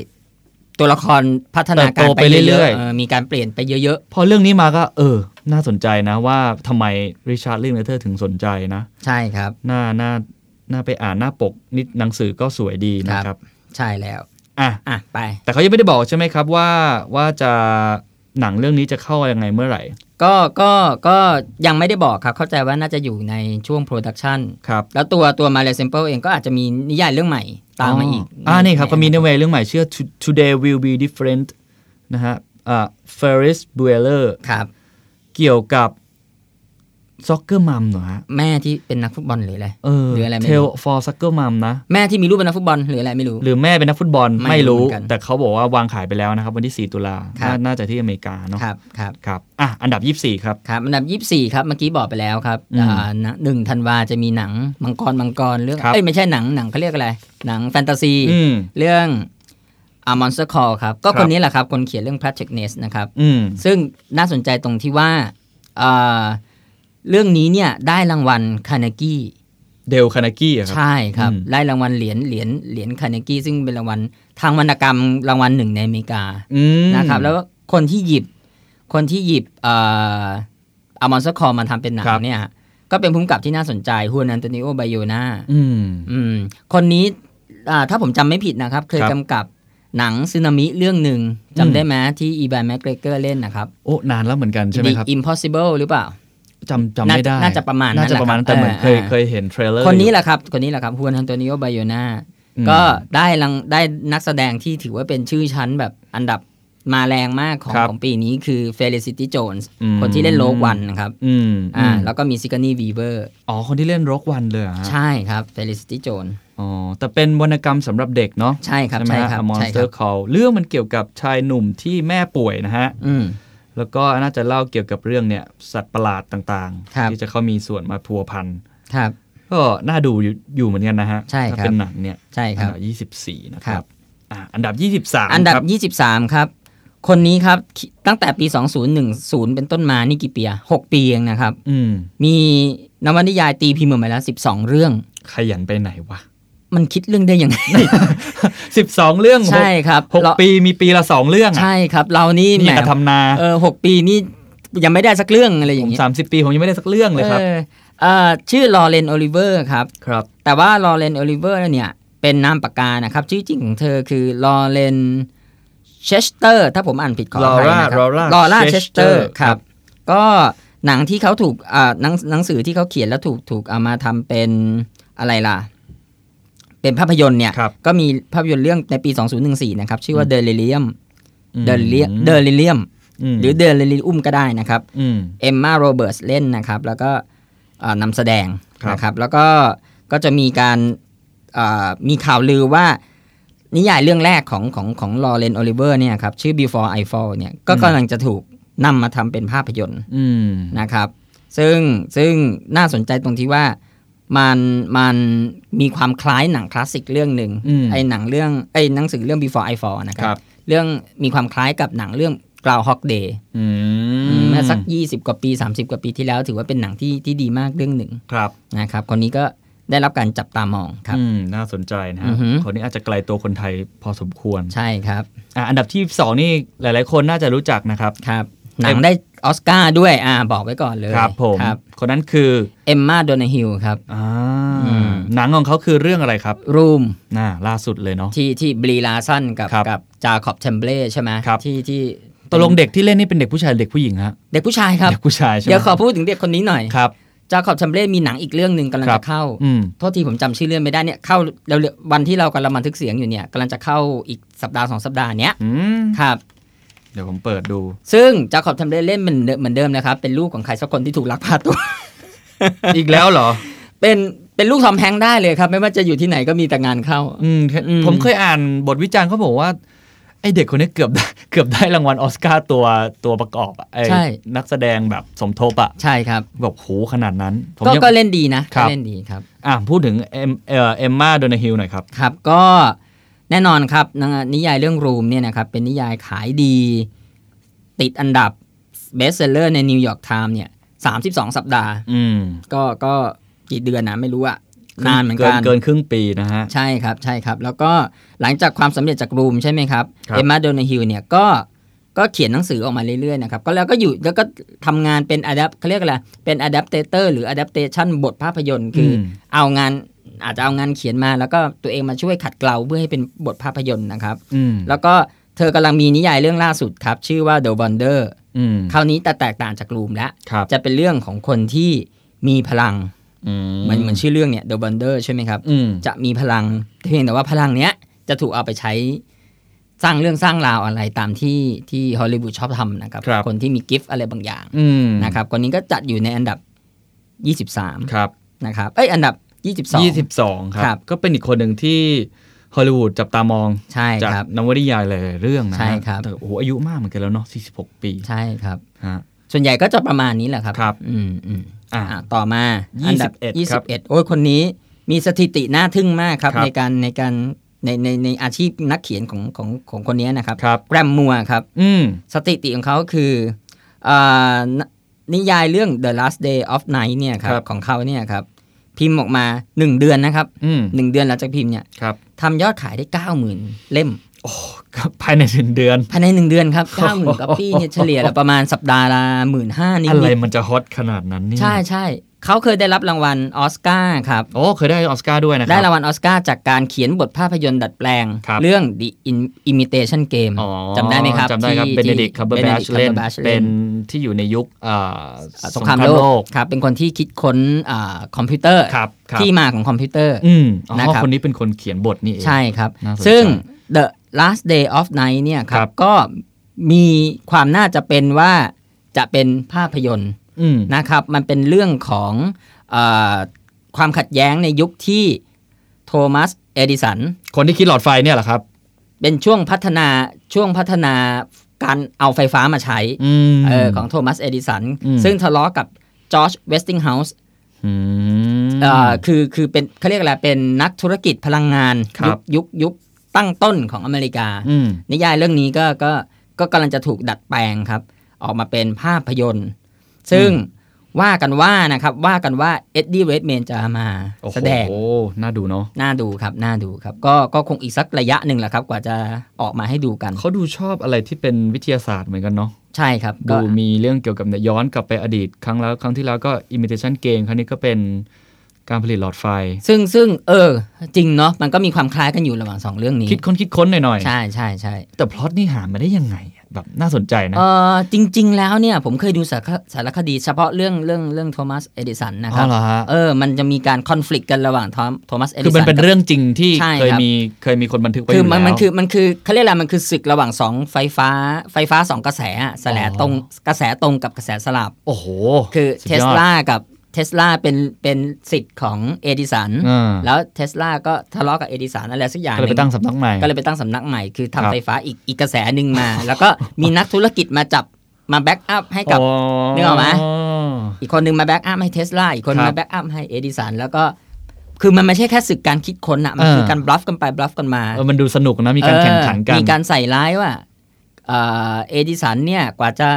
S3: ตัวละครพัฒนา
S2: เติ
S3: การ
S2: บโตไป
S3: ไป
S2: เรื่
S3: เรื่
S2: อ
S3: อย ย
S2: ๆ
S3: ๆเออมีการเปลี่ยนไปเยอะ
S2: พอเรื่องนี้มาก็ เออ น่าสนใจนะว่าทำไมริชาร์ดลิงเลเทอร์ถึงสนใจนะ
S3: ๆ ใช่ครับ
S2: หน้าหน้าหน้าไปอ่านหน้าปกนิดหนังสือก็สวยดีนะค
S3: ครั
S2: รับ
S3: บ ใช่แล้ว
S2: อ่ะ
S3: อ่ะ ไป
S2: แต่เขายังไม่ได้บอกใช่ไหมครับว่าว่าจะหนังเรื่องนี้จะเข้ายังไงเมื่อไหร่
S3: ก็ก็ก็ยังไม่ได้บอกครับ เข้าใจว่าน่าจะอยู่ในช่วงโปรดักชัน
S2: ครับ
S3: แล้วตัวตัวมาเลเซมเปิลเองก็อาจจะมีนิยายเรื่องใหม่ตามมาอีก
S2: อ่านี่ครับก็มีในเวเรื่องใหม่ชื่อ To- Today Will Be Different นะฮะอ่า Ferris Bueller
S3: ครับ
S2: เกี่ยวกับ ซ็อกเกอร์มัมเหรอฮะ
S3: แม่ที่เป็นนักฟุตบอลหรืออะไร
S2: เออ
S3: หรืออะไรไม่รู้
S2: เทลฟอร์ซ็อกเกอร์มัมนะ
S3: แม่ที่มีลูกเป็นนักฟุตบอลหรืออะไรไม่รู้
S2: หรือแม่เป็นนักฟุตบอล
S3: ไม่
S2: ไม่
S3: รู้
S2: รู้
S3: เหมือนกัน
S2: แต่เขาบอกว่าวางขายไปแล้วนะครับ วันที่ 4 ตุลา
S3: ครับ
S2: น่าน่าจะที่อเมริกาเนาะ
S3: ครับครับ
S2: ครับอ่ะอันดับ 24 ครับ
S3: ครับอันดับ 24 ครับเมื่อกี้บอกไปแล้วครับ
S2: อืม
S3: อ่าหนังหนึ่งธันวาจะมีหนังมังกรมังกรเรื่อง
S2: ครับ
S3: เอ้ยไม่ใช่หนังหนังเขาเรียกอะไร หนังแฟนตาซี
S2: อืม
S3: เรื่องอามอนสคอร์ครับ ก็
S2: ครับ
S3: คนนี้แหละครับ คนเขียนเรื่อง Project Nest นะครับ
S2: อืม
S3: ซึ่งน่าสนใจตรงที่ว่าเอ่อเรื่องนี้เนี่ยได้รางวัลคานากี้
S2: เดลคานากี้อะครับ
S3: ใช่ครับ
S2: อืม
S3: ได้รางวัลเหรียญเหรียญเหรียญคานากี้ซึ่งเป็นรางวัลทางวรรณกรรมรางวัลหนึ่งในอเมริกา
S2: อืม
S3: นะครับ แล้วคนที่หยิบคนที่หยิบเอ่อามอนสคอร์มาทำเป็นหนังเนี่ยฮะก็เป็นผู้กำกับที่น่าสนใจฮวนอันโตนิโอไบโอนา
S2: อืม
S3: อืมคนนี้อ่าถ้าผมจำไม่ผิดนะครับ เคย
S2: ครับ
S3: กำกับหนังซึนามิเรื่องหนึ่ง
S2: อืม
S3: จำได้ไหมที่อีบ n นแม็กเกรเกอร์เล่นนะครับ
S2: โอ้นานแล้วเหมือนกันใช่ไหม
S3: The
S2: ครับ
S3: Impossible หรือเปล่า
S2: จำจำไม่ได้
S3: น่าจะประมาณ
S2: น่าจะประมาณ
S3: นั้นแหละ
S2: แต่เหมือน
S3: ครับ
S2: เคย
S3: เออ
S2: เคยเห็นเทรลเลอร์
S3: คน
S2: อ
S3: นี้
S2: ยู่
S3: แหละครับ คนนี้แหละครับฮวนอันโตนิโอไบโอนา
S2: อืม
S3: ก็ได้รังได้นักแสดงที่ถือว่าเป็นชื่อชั้นแบบอันดับมาแรงมากของ
S2: ครับ
S3: ของปีนี้คือเฟ l i ซิตี้โจนส์
S2: อืม
S3: คนที่เล่นโลกวันนะครับ
S2: อืม
S3: อ่า
S2: อืม
S3: แล้วก็มีซิกานีวีเวอร์
S2: อ๋อคนที่เล่นร็อกวันเลยเหรอฮะ
S3: ใช่ครับเฟ l i ซิตี้โจน
S2: อ๋อแต่เป็นวรรณกรรมสำหรับเด็กเนาะ
S3: ใช่ครับ
S2: ใช่ไหม
S3: ใช่ค
S2: ฮะ
S3: รับ
S2: A
S3: ใช่ค
S2: Monster
S3: รับ
S2: Call เรื่องมันเกี่ยวกับชายหนุ่มที่แม่ป่วยนะฮะ
S3: อืม
S2: แล้วก็น่าจะเล่าเกี่ยวกับเรื่องเนี่ยสัตว์ประหลาดต่าง
S3: ครับ
S2: ๆ ที่จะเข้ามีส่วนมาพัวพัน
S3: ครับ
S2: ก็น่าดูอยู่อยู่เหมือนกันนะฮะ
S3: ใช่ครับ
S2: ถ้าเป็นหนังเนี่ย
S3: ใช่
S2: อั
S3: ครับ
S2: ดับ24 นะค
S3: ครั
S2: รับ บอ่ะอันดับ 23
S3: อันดั
S2: ครับ
S3: 23 ครับ คนนี้ครับคิตั้งแต่ปี 2010 เป็นต้นมานี่กี่ปีอะ6ปีเองนะครับ
S2: อืม
S3: มีนวนิยายตีพิมพ์ออกมาแล้ว 12 เรื่อง
S2: ขยันไปไหนวะ
S3: มันคิดเรื่องได้ยังไง
S2: 12 เรื่อง
S3: ใช่ครับ
S2: หกห
S3: เรา
S2: กปีมีปีละ 2 เรื่องอะ
S3: ใช่ครับ เรานี่แห
S2: นี่
S3: ม
S2: กระทำนา
S3: เออหกปีนี่ยังไม่ได้สักเรื่องอะไรอ
S2: ผ
S3: ย่าง
S2: ม
S3: นี้
S2: สามสิบปีผมยังไม่ได้สักเรื่องเลยครับ
S3: ออเอ่อชื่อลอเรนโอลิเวอร์ครับ
S2: ครับ
S3: แต่ว่าลอเรนโอลิเวอร์เนี่ยเป็นนามปากกานะครับ ชื่อจริงของเธอคือลอเรนเชสเตอร์ ถ้าผมอ่านผิดขอ
S2: ลอ
S3: อภัย
S2: ร่า
S3: นะครั
S2: ลอ
S3: บ
S2: ร่า
S3: ลอร่าเชสเตอร์
S2: ค
S3: ค
S2: รั
S3: รับ บ ก็หนังที่เขาถูกอ่าหนังหนังสือที่เขาเขียนแล้วถูกถูกเอามาทำเป็นอะไรล่ะ เป็นภาพยนตร์เนี่ย
S2: ครับ
S3: ก็มีภาพยนตร์เรื่องในปี 2014 นะครับ ชื่อว่า
S2: อืม
S3: เดลิเลียม
S2: ม
S3: เดลิเลียมเดลิเลียม
S2: ม
S3: หรือเดลิลิอุ้มก็ได้นะครับ
S2: ม
S3: เอมมาโรเบิร์ตเล่นนะครับ แล้วก็อ่านำแสดง
S2: ครับ
S3: นะครับ แล้วก็ก็จะมีการอ่ามีข่าวลือว่า นิยายเรื่องแรกของของของลอเรนโอลิเวอร์เนี่ยครับ ชื่อ Before I Fall เนี่ยก็กำลังจะถูกนำมาทำเป็นภาพยนตร์
S2: อืม
S3: นะครับ ซึ่งซึ่งน่าสนใจตรงที่ว่ามันมันมีความคล้ายหนังคลาสสิกเรื่องหนึ่ง
S2: อืม
S3: ไอหนังเรื่องไอหนังสือเรื่อง Before I Fall นะค
S2: ครั
S3: รับ บ เรื่องมีความคล้ายกับหนังเรื่อง Groundhog Day
S2: อื
S3: อืม
S2: ม
S3: เมื่อสัก 20 กว่าปี 30 กว่าปีที่แล้ว ถือว่าเป็นหนังที่ที่ดีมากเรื่องหนึ่ง
S2: ครับ
S3: นะครับ คนนี้ก็ได้รับการจับตามองครับ
S2: อืมน่าสนใจนะ
S3: อื
S2: ฮะ
S3: อหือ
S2: คนนี้อาจจะไกลตัวคนไทยพอสมควร
S3: ใช่ครับ
S2: อ่ะอันดับที่ 2 นี่หลาย ๆ คนน่าจะรู้จักนะครับ
S3: ครับ หนังได้ออสการ์ด้วยอ่าบอกไว้ก่อนเลย
S2: ครับผม
S3: ครับ
S2: คนนั้นคือ
S3: เอมมาโดนาฮิลครับ
S2: อ่า
S3: อืม
S2: หนังของเขาคือเรื่องอะไรครับ
S3: รูม
S2: น่าล่าสุดเลยเนาะ
S3: ที่ที่บรีลาสันกับ
S2: ครับ
S3: กับจาคอบเทมเบลใช่ไหม
S2: ครับ
S3: ที่ที่
S2: ตกลงเด็กที่เล่นนี่เป็นเด็กผู้ชายหรือเด็กผู้หญิงฮะ
S3: เด็กผู้ชายครับ
S2: เด็กผู้ชายใช่ไหม
S3: เดี๋ยวขอพูดถึงเด็กคนนี้หน่อย
S2: ครับ
S3: จาคอบเทมเบลมีหนังอีกเรื่องหนึ่งกำลัง
S2: ครับ
S3: จะเข้า
S2: อืม
S3: โทษทีผมจำชื่อเรื่องไม่ได้เนี่ยเข้าเร็วๆวันที่เรากำลังบันทึกเสียงอยู่เนี่ยกำลังจะเข้าอีกสัปดาห์สองสัปดาห์เนี้ย
S2: อืม
S3: ครับ
S2: เดี๋ยวผมเปิดดู
S3: ซึ่งจาคอบทำได้เล่นเหมือนเดิมเหมือนเดิมนะครับ เป็นลูกของใครสักคนที่ถูกลักพาตัว
S2: อีกแล้วเหรอ
S3: เป็นเป็นลูกทอมแฮงค์ได้เลยครับ ไม่ว่าจะอยู่ที่ไหนก็มีแต่งานเข้า
S2: อืมแค่
S3: อืม
S2: ผมเคยอ่านบทวิจารณ์เขาบอกว่า ไอเด็กคนนี้เกือบ ได้เกือบได้รางวัลออสการ์ตัวตัวประกอบอะไอนักแสดงแบบสมทบอะ
S3: ใช่ครับ
S2: แบบโหขนาดนั้นผม
S3: ก็
S2: ยัง
S3: ก็เล่นดีนะครับ ก็เล่นดีครับ
S2: อ่ะพูดถึงเอ็มเอ่อเอมมาโดนาฮิลหน่อยครับ
S3: ครับ ก็แน่นอนครับนนิยายเรื่องรูมเนี่ยนะครับ เป็นนิยายขายดี ติดอันดับเบสเซลเลอร์ในนิวยอร์กไทม์เนี่ยสาสัปดาห์
S2: อืม
S3: ก็ก็กี่เดือนนะไม่รู้อะนานเหมือนกัน
S2: เกินครึ่งปีนะฮะ
S3: ใช่ครับใช่ครับ แล้วก็หลังจากความสำเร็จจากรูมใช่ไหมครับ
S2: ครับ
S3: เอมมาโดนาฮิลเนี่ยก็ก็เขียนหนังสือออกมาเรื่อยๆนะครับก็แล้วก็อยู่แล้วก็ทำงานเป็นอะดัเขาเรียกอะไรเป็นอะดัปเตเตอร์หรืออะดัปเตชันบทภาพยนตร์คืออ
S2: ม
S3: เอางานอาจจะเอางานเขียนมา แล้วก็ตัวเองมาช่วยขัดเกลาเพื่อให้เป็นบทภาพยนตร์นะครับ
S2: อืม
S3: แล้วก็เธอกำลังมีนิยายเรื่องล่าสุดครับ ชื่อว่า The Wonder
S2: อืม
S3: คราวนี้แต่แตกต่างจากรูมแล้ว
S2: ครับ
S3: จะเป็นเรื่องของคนที่มีพลัง
S2: อืม
S3: เหมือนเหมือนชื่อเรื่องเนี่ย The Wonder ใช่ไหมครับ
S2: อืม
S3: จะมีพลังเพียงแต่ว่าพลังเนี้ยจะถูกเอาไปใช้สร้างเรื่องสร้างราวอะไรตามที่ที่ฮอลลีวูดชอบทำนะครับ คนที่มีกิฟต์อะไรบางอย่าง
S2: อืม
S3: นะครับคนนี้ก็จัดอยู่ในอันดับ 23
S2: ครับ
S3: นะครับเอ้ยอันดับ 22
S2: 22 ค
S3: ครั
S2: รับ
S3: บ
S2: ก็เป็นอีกคนหนึ่งที่ฮอลลีวูดจับตามอง
S3: ใช่
S2: จาก
S3: ครับ
S2: นวนิยายหลายๆเรื่องนะฮะ
S3: ใช่ครับ
S2: แต่โอ้โหอายุมากเหมือนกันแล้วเนาะ46 ปี
S3: ใช่ครับ
S2: ฮะ
S3: ส่วนใหญ่ก็จะประมาณนี้แหละครับ
S2: ครับ
S3: อืมอืม
S2: อ่ะ
S3: อ่ะต่อมาอันดับ
S2: 21
S3: ยี่
S2: ครั
S3: สิ
S2: บบ
S3: เอ็ดโอ้ยคนนี้มีสถิติน่าทึ่งมากครับ
S2: ครับ
S3: ในการในการในในในอาชีพนักเขียนของของของคนนี้นะครับ
S2: ครับ
S3: แกรมมัวครับ
S2: อืม
S3: สถิติของเขาคืออ่านนิยายเรื่อง The Last Day of Night เนี่ยครั
S2: ครับ บ
S3: ของเขาเนี่ยครับ พิมพ์ออกมา 1 เดือนนะครับ
S2: อืม
S3: 1 เดือนหลังจากพิมพ์เนี่ย
S2: ครับ
S3: ทำยอดขายได้ 90,000 เล่ม
S2: ก็ภายในหนึ่งเดือน
S3: ภายใน 1 เดือนครับ 90,000ก๊อปปี้เนี่ยเฉลี่ยแล้วประมาณสัปดาห์ละหมื่นห้านิด
S2: อะไร
S3: ๆ
S2: มันจะฮอตขนาดนั้นเนี่ย
S3: ใช่ใช่เขาเคยได้รับรางวัลออสการ์ครับ
S2: โอ้เคยได้ออสการ์ด้วยนะค
S3: ได้
S2: รั
S3: รางวัลออสการ์จากการเขียนบทภาพยนตร์ดัดแปลง
S2: ครับ
S3: เรื่อง The In- Imitation Game
S2: อ๋อ
S3: จำได้ไหมครับ
S2: จำได้ครับเบน
S3: ที่
S2: เดดิกคัมเบอร์แบช
S3: ที่ Benedict
S2: เล่น
S3: Cumberbatch
S2: เป็
S3: ล่
S2: นที่อยู่ในยุคอ่า
S3: สงครามโลกครับ เป็นคนที่คิดค้นอ่าคอมพิวเตอร์
S2: ครับครับ
S3: ที่มาของคอมพิวเตอร์
S2: อืมอ๋
S3: นะ
S2: อ
S3: ครับ
S2: คนนี้เป็นคนเขียนบทนี่เอง
S3: ใช่ครับ
S2: น่าสนใจ
S3: ซึ่ง The Last Day of Night เนี่ยค
S2: ค
S3: รั
S2: รั
S3: บบ ก็มีความน่าจะเป็นว่าจะเป็นภาพยนตร์
S2: อืม
S3: นะครับมันเป็นเรื่องของเออความขัดแย้งในยุคที่โทมัสเอดิสัน
S2: คนที่คิดหลอดไฟเนี่ยเหรอครับ
S3: เป็นช่วงพัฒนาช่วงพัฒนาการเอาไฟฟ้ามาใช้
S2: อืม
S3: เออของโทมัสเอดิสัน
S2: อืม
S3: ซึ่งทะเลาะกับจอร์จเวสติงเฮาส์
S2: อืม
S3: คือคือเป็นเขาเรียกอะไรเป็นนักธุรกิจพลังงาน
S2: ครั
S3: ยุ
S2: บ
S3: คยุคยุคตั้งต้นของอเมริกา
S2: อืม
S3: นิยายเรื่องนี้ก็ก็ก็กำลังจะถูกดัดแปลงครับ ออกมาเป็นภาพยนตร์ ซึ่งว่ากันว่านะครับ ว่ากันว่าเอ็ดดี้เรดเมนจะมา
S2: โอ้โห
S3: แสดง
S2: น่าดูเนาะ
S3: น่าดูครับน่าดูครับ ก็ก็คงอีกสักระยะหนึ่งแหละครับกว่าจะออกมาให้ดูกัน
S2: เขาดูชอบอะไรที่เป็นวิทยาศาสตร์เหมือนกันเนาะ
S3: ใช่ครับก็
S2: ดูมีเรื่องเกี่ยวกับเนี่ยย้อนกลับไปอดีต ครั้งแล้วครั้งที่แล้วก็ imitation game ครั้งนี้ก็เป็นการผลิตหลอดไฟ
S3: ซึ่งซึ่งเออ จริงเนาะมันก็มีความคล้ายกันอยู่ระหว่างสองเรื่องนี้
S2: คิดค้นคิดค้นหน่อย
S3: ใช่ใช่ใช่
S2: ๆ แต่พล็อตนี่หามาได้ยังไงอะแบบน่าสนใจนะ
S3: เออจริง ๆ แล้วเนี่ยผมเคยดูสารคสารคดีเฉพาะเรื่องเรื่องเรื่องโทมัสเอดิสันนะค
S2: อ
S3: รับ
S2: เหรอฮะ
S3: เออมันจะมีการคอน FLICT กันระหว่างโทมัสเอดิสัน
S2: คือมันเป็นเรื่องจริงที่
S3: ใช่
S2: เคย
S3: ครับ
S2: มีเคยมีคนบันทึกไว้อ
S3: คือยู่ มัน
S2: แล้ว
S3: มันคือมันคือเขาเรียกอะไรมันคือศึกระหว่างสองไฟฟ้า ไฟฟ้าสองกระแสอะแสล
S2: อ๋อ
S3: ตรงกระแสตรงกับกระแสสลับ
S2: โอ้โห
S3: คือ
S2: สุด
S3: เท
S2: ย
S3: ส
S2: ด
S3: ลากับเทสลาเป็นเป็นสิทธิ์ของเอดิสัน
S2: อ่า
S3: แล้วเทสลาก็ทะเลาะกับเอดิสันอะไรสักอย่าง
S2: ก็เลย
S3: ห
S2: ไป
S3: นึ่
S2: ตั้งสำนักใหม่
S3: ก็เลยไปตั้งสำนักใหม่ คือ
S2: ครั
S3: ทำ
S2: บ
S3: ไฟฟ้าอีกอีกกระแสหนึ่งมา แล้วก็มีนักธุรกิจมาจับมาแบ็กอัพให้กับ
S2: อ๋อ
S3: นึกออกไหม อีกคนหนึงมาแบ็กอัพให้เทสลาอีกคน
S2: ครับ
S3: มาแบ็กอัพให้เอดิสันแล้วก็คือมันไม่ใช่แค่ศึกการคิดค้นอะมันคือ
S2: เออ
S3: การบลัฟกันไปบลัฟกันมา
S2: เออมันดูสนุกนะ มีการ
S3: เออ
S2: แข่งขันกัน
S3: มีการใส่ร้ายว่าเอ่อเอดิสันเนี่ยกว่าจะ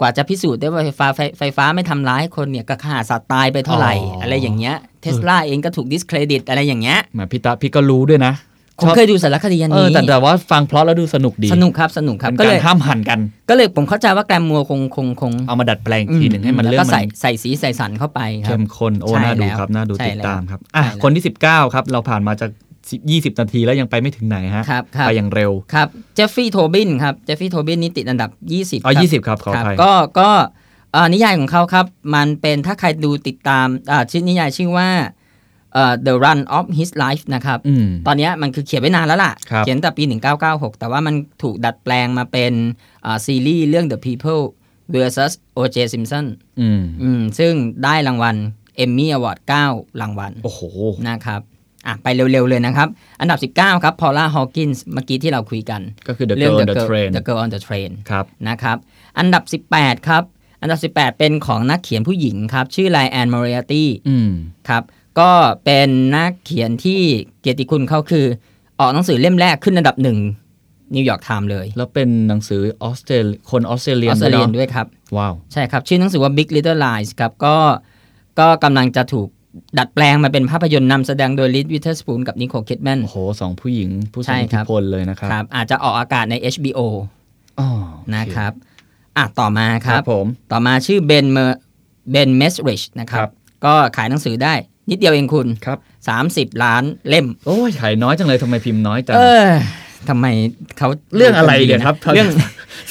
S3: กว่าจะพิสูจน์ได้ว่าไฟฟ้าไฟไฟฟ้าไม่ทำร้ายคนเนี่ยก็ฆ่าสัตว์ตายไปเท่าไหร่
S2: อ๋ออ
S3: อะไรอย่างเงี้ยเทสลาเองก็ถูกดิสเครดิตอะไรอย่างเงี้ย
S2: แหมพี่ตะพี่ก็รู้ด้วยนะ
S3: ผมเคยดูสารคดีอัน
S2: เออ
S3: นี้
S2: แต่แต่ว่าฟังพล็อตแล้วดูสนุกดี
S3: สนุกครับสนุกครับ
S2: เป็น
S3: ก็
S2: กา
S3: เล
S2: ร
S3: ย
S2: ห้ามหันกัน
S3: ก็เลยผมเข้าใจว่าแกรมมัวคงคงคง
S2: เอามาดัดแปลงอีกทีหนึ่งให้มัน
S3: แล้ว
S2: เรื่อ
S3: ก็
S2: งมั
S3: ใส่
S2: น
S3: ใส่สีใส่สันเข้าไปครั
S2: เข้
S3: บ
S2: มข้นโอ้
S3: ใช่
S2: น่าดู
S3: แล้ว
S2: ครับน่าดู
S3: ใช่
S2: ติดตาม
S3: แล้ว
S2: ครับอ่ะ
S3: ใช่แล้ว
S2: คนที่ 19 ครับ เราผ่านมาจาก10 20 นาทีแล้วยังไปไม่ถึงไหนฮะ
S3: ครับครับ
S2: ไปอย่างเร็ว
S3: ครับเจฟฟี่โทบินครับเจฟฟี่โทบินนี่ติดอันดับ 20
S2: อ๋อ
S3: ครับ
S2: 20 ครับขออ
S3: ครับ
S2: ภัย
S3: ก็ก็เอ่อนิยายของเขาครับ มันเป็นถ้าใครดูติดตามอ่าชื่อนิยายชื่อว่าเอ่อ The Run of His Life นะครับ
S2: อืม
S3: ตอนเนี้ยมันคือเขียนไว้นานแล้วล่ะ
S2: ครับ
S3: เขียนแต่ปี 1996 แต่ว่ามันถูกดัดแปลงมาเป็นอ่าซีรีส์เรื่อง The People vs O.J. Simpson
S2: อืม
S3: อืมซึ่งได้รางวัล Emmy Award 9 รางวัล
S2: โอ้โห
S3: นะครับอ่ะไปเร็วๆเลยนะครับ อันดับ 19 ครับ Paula Hawkins เมื่อกี้ที่เราคุยกัน
S2: ก็คือ The
S3: เรื่
S2: Girl on
S3: The
S2: the
S3: Girl-
S2: Train
S3: The Girl on the Train
S2: ครับ
S3: นะครับ อันดับ 18 ครับ อันดับ 18 เป็นของนักเขียนผู้หญิงครับ ชื่อไลแอนมอริอาตี้
S2: อืม
S3: ครับ ก็เป็นนักเขียนที่เกียรติคุณเขาคือ ออกหนังสือเล่มแรกขึ้นอันดับหนึ่งนิวยอร์กไทม์เลย
S2: แล้วเป็นหนังสือออสเตรเลียคนออสเตร
S3: อ
S2: เลีย
S3: อนสเตรเลียน
S2: ด้วยเนอะ
S3: ด้วยครับ
S2: ว้าว
S3: ใช่ครับ ชื่อหนังสือว่า Big Little Lies ครับ ก็ก็กำลังจะถูกดัดแปลงมาเป็นภาพยนตร์นำแสดงโดยลิ w วิเทอร์สปูนกับนิโคลคิดแมน
S2: โอ้โหสองผู้หญิงผู้ทร
S3: ใช่
S2: งอิท
S3: ครั
S2: ธิ
S3: บ
S2: พลเลยนะครับ
S3: ครับอาจจะออกอากาศใน HBO
S2: อ๋อโอเ
S3: นะครับอ่ะต่อมาค
S2: ค
S3: รั
S2: รับ บผม
S3: ต่อมาชื่อเบนเมอร์เบนเมสริชนะครับ
S2: ครับ
S3: ก็ขายหนังสือได้ นิดเดียวเองคุณ
S2: ครับ
S3: 30 ล้านเล่ม
S2: โอ้ยขายน้อยจังเลยทำไมพิมพ์น้อยจัง
S3: เออทำไมเขา
S2: เรื่องอะไรเนี่ยครับ
S3: เรื่อง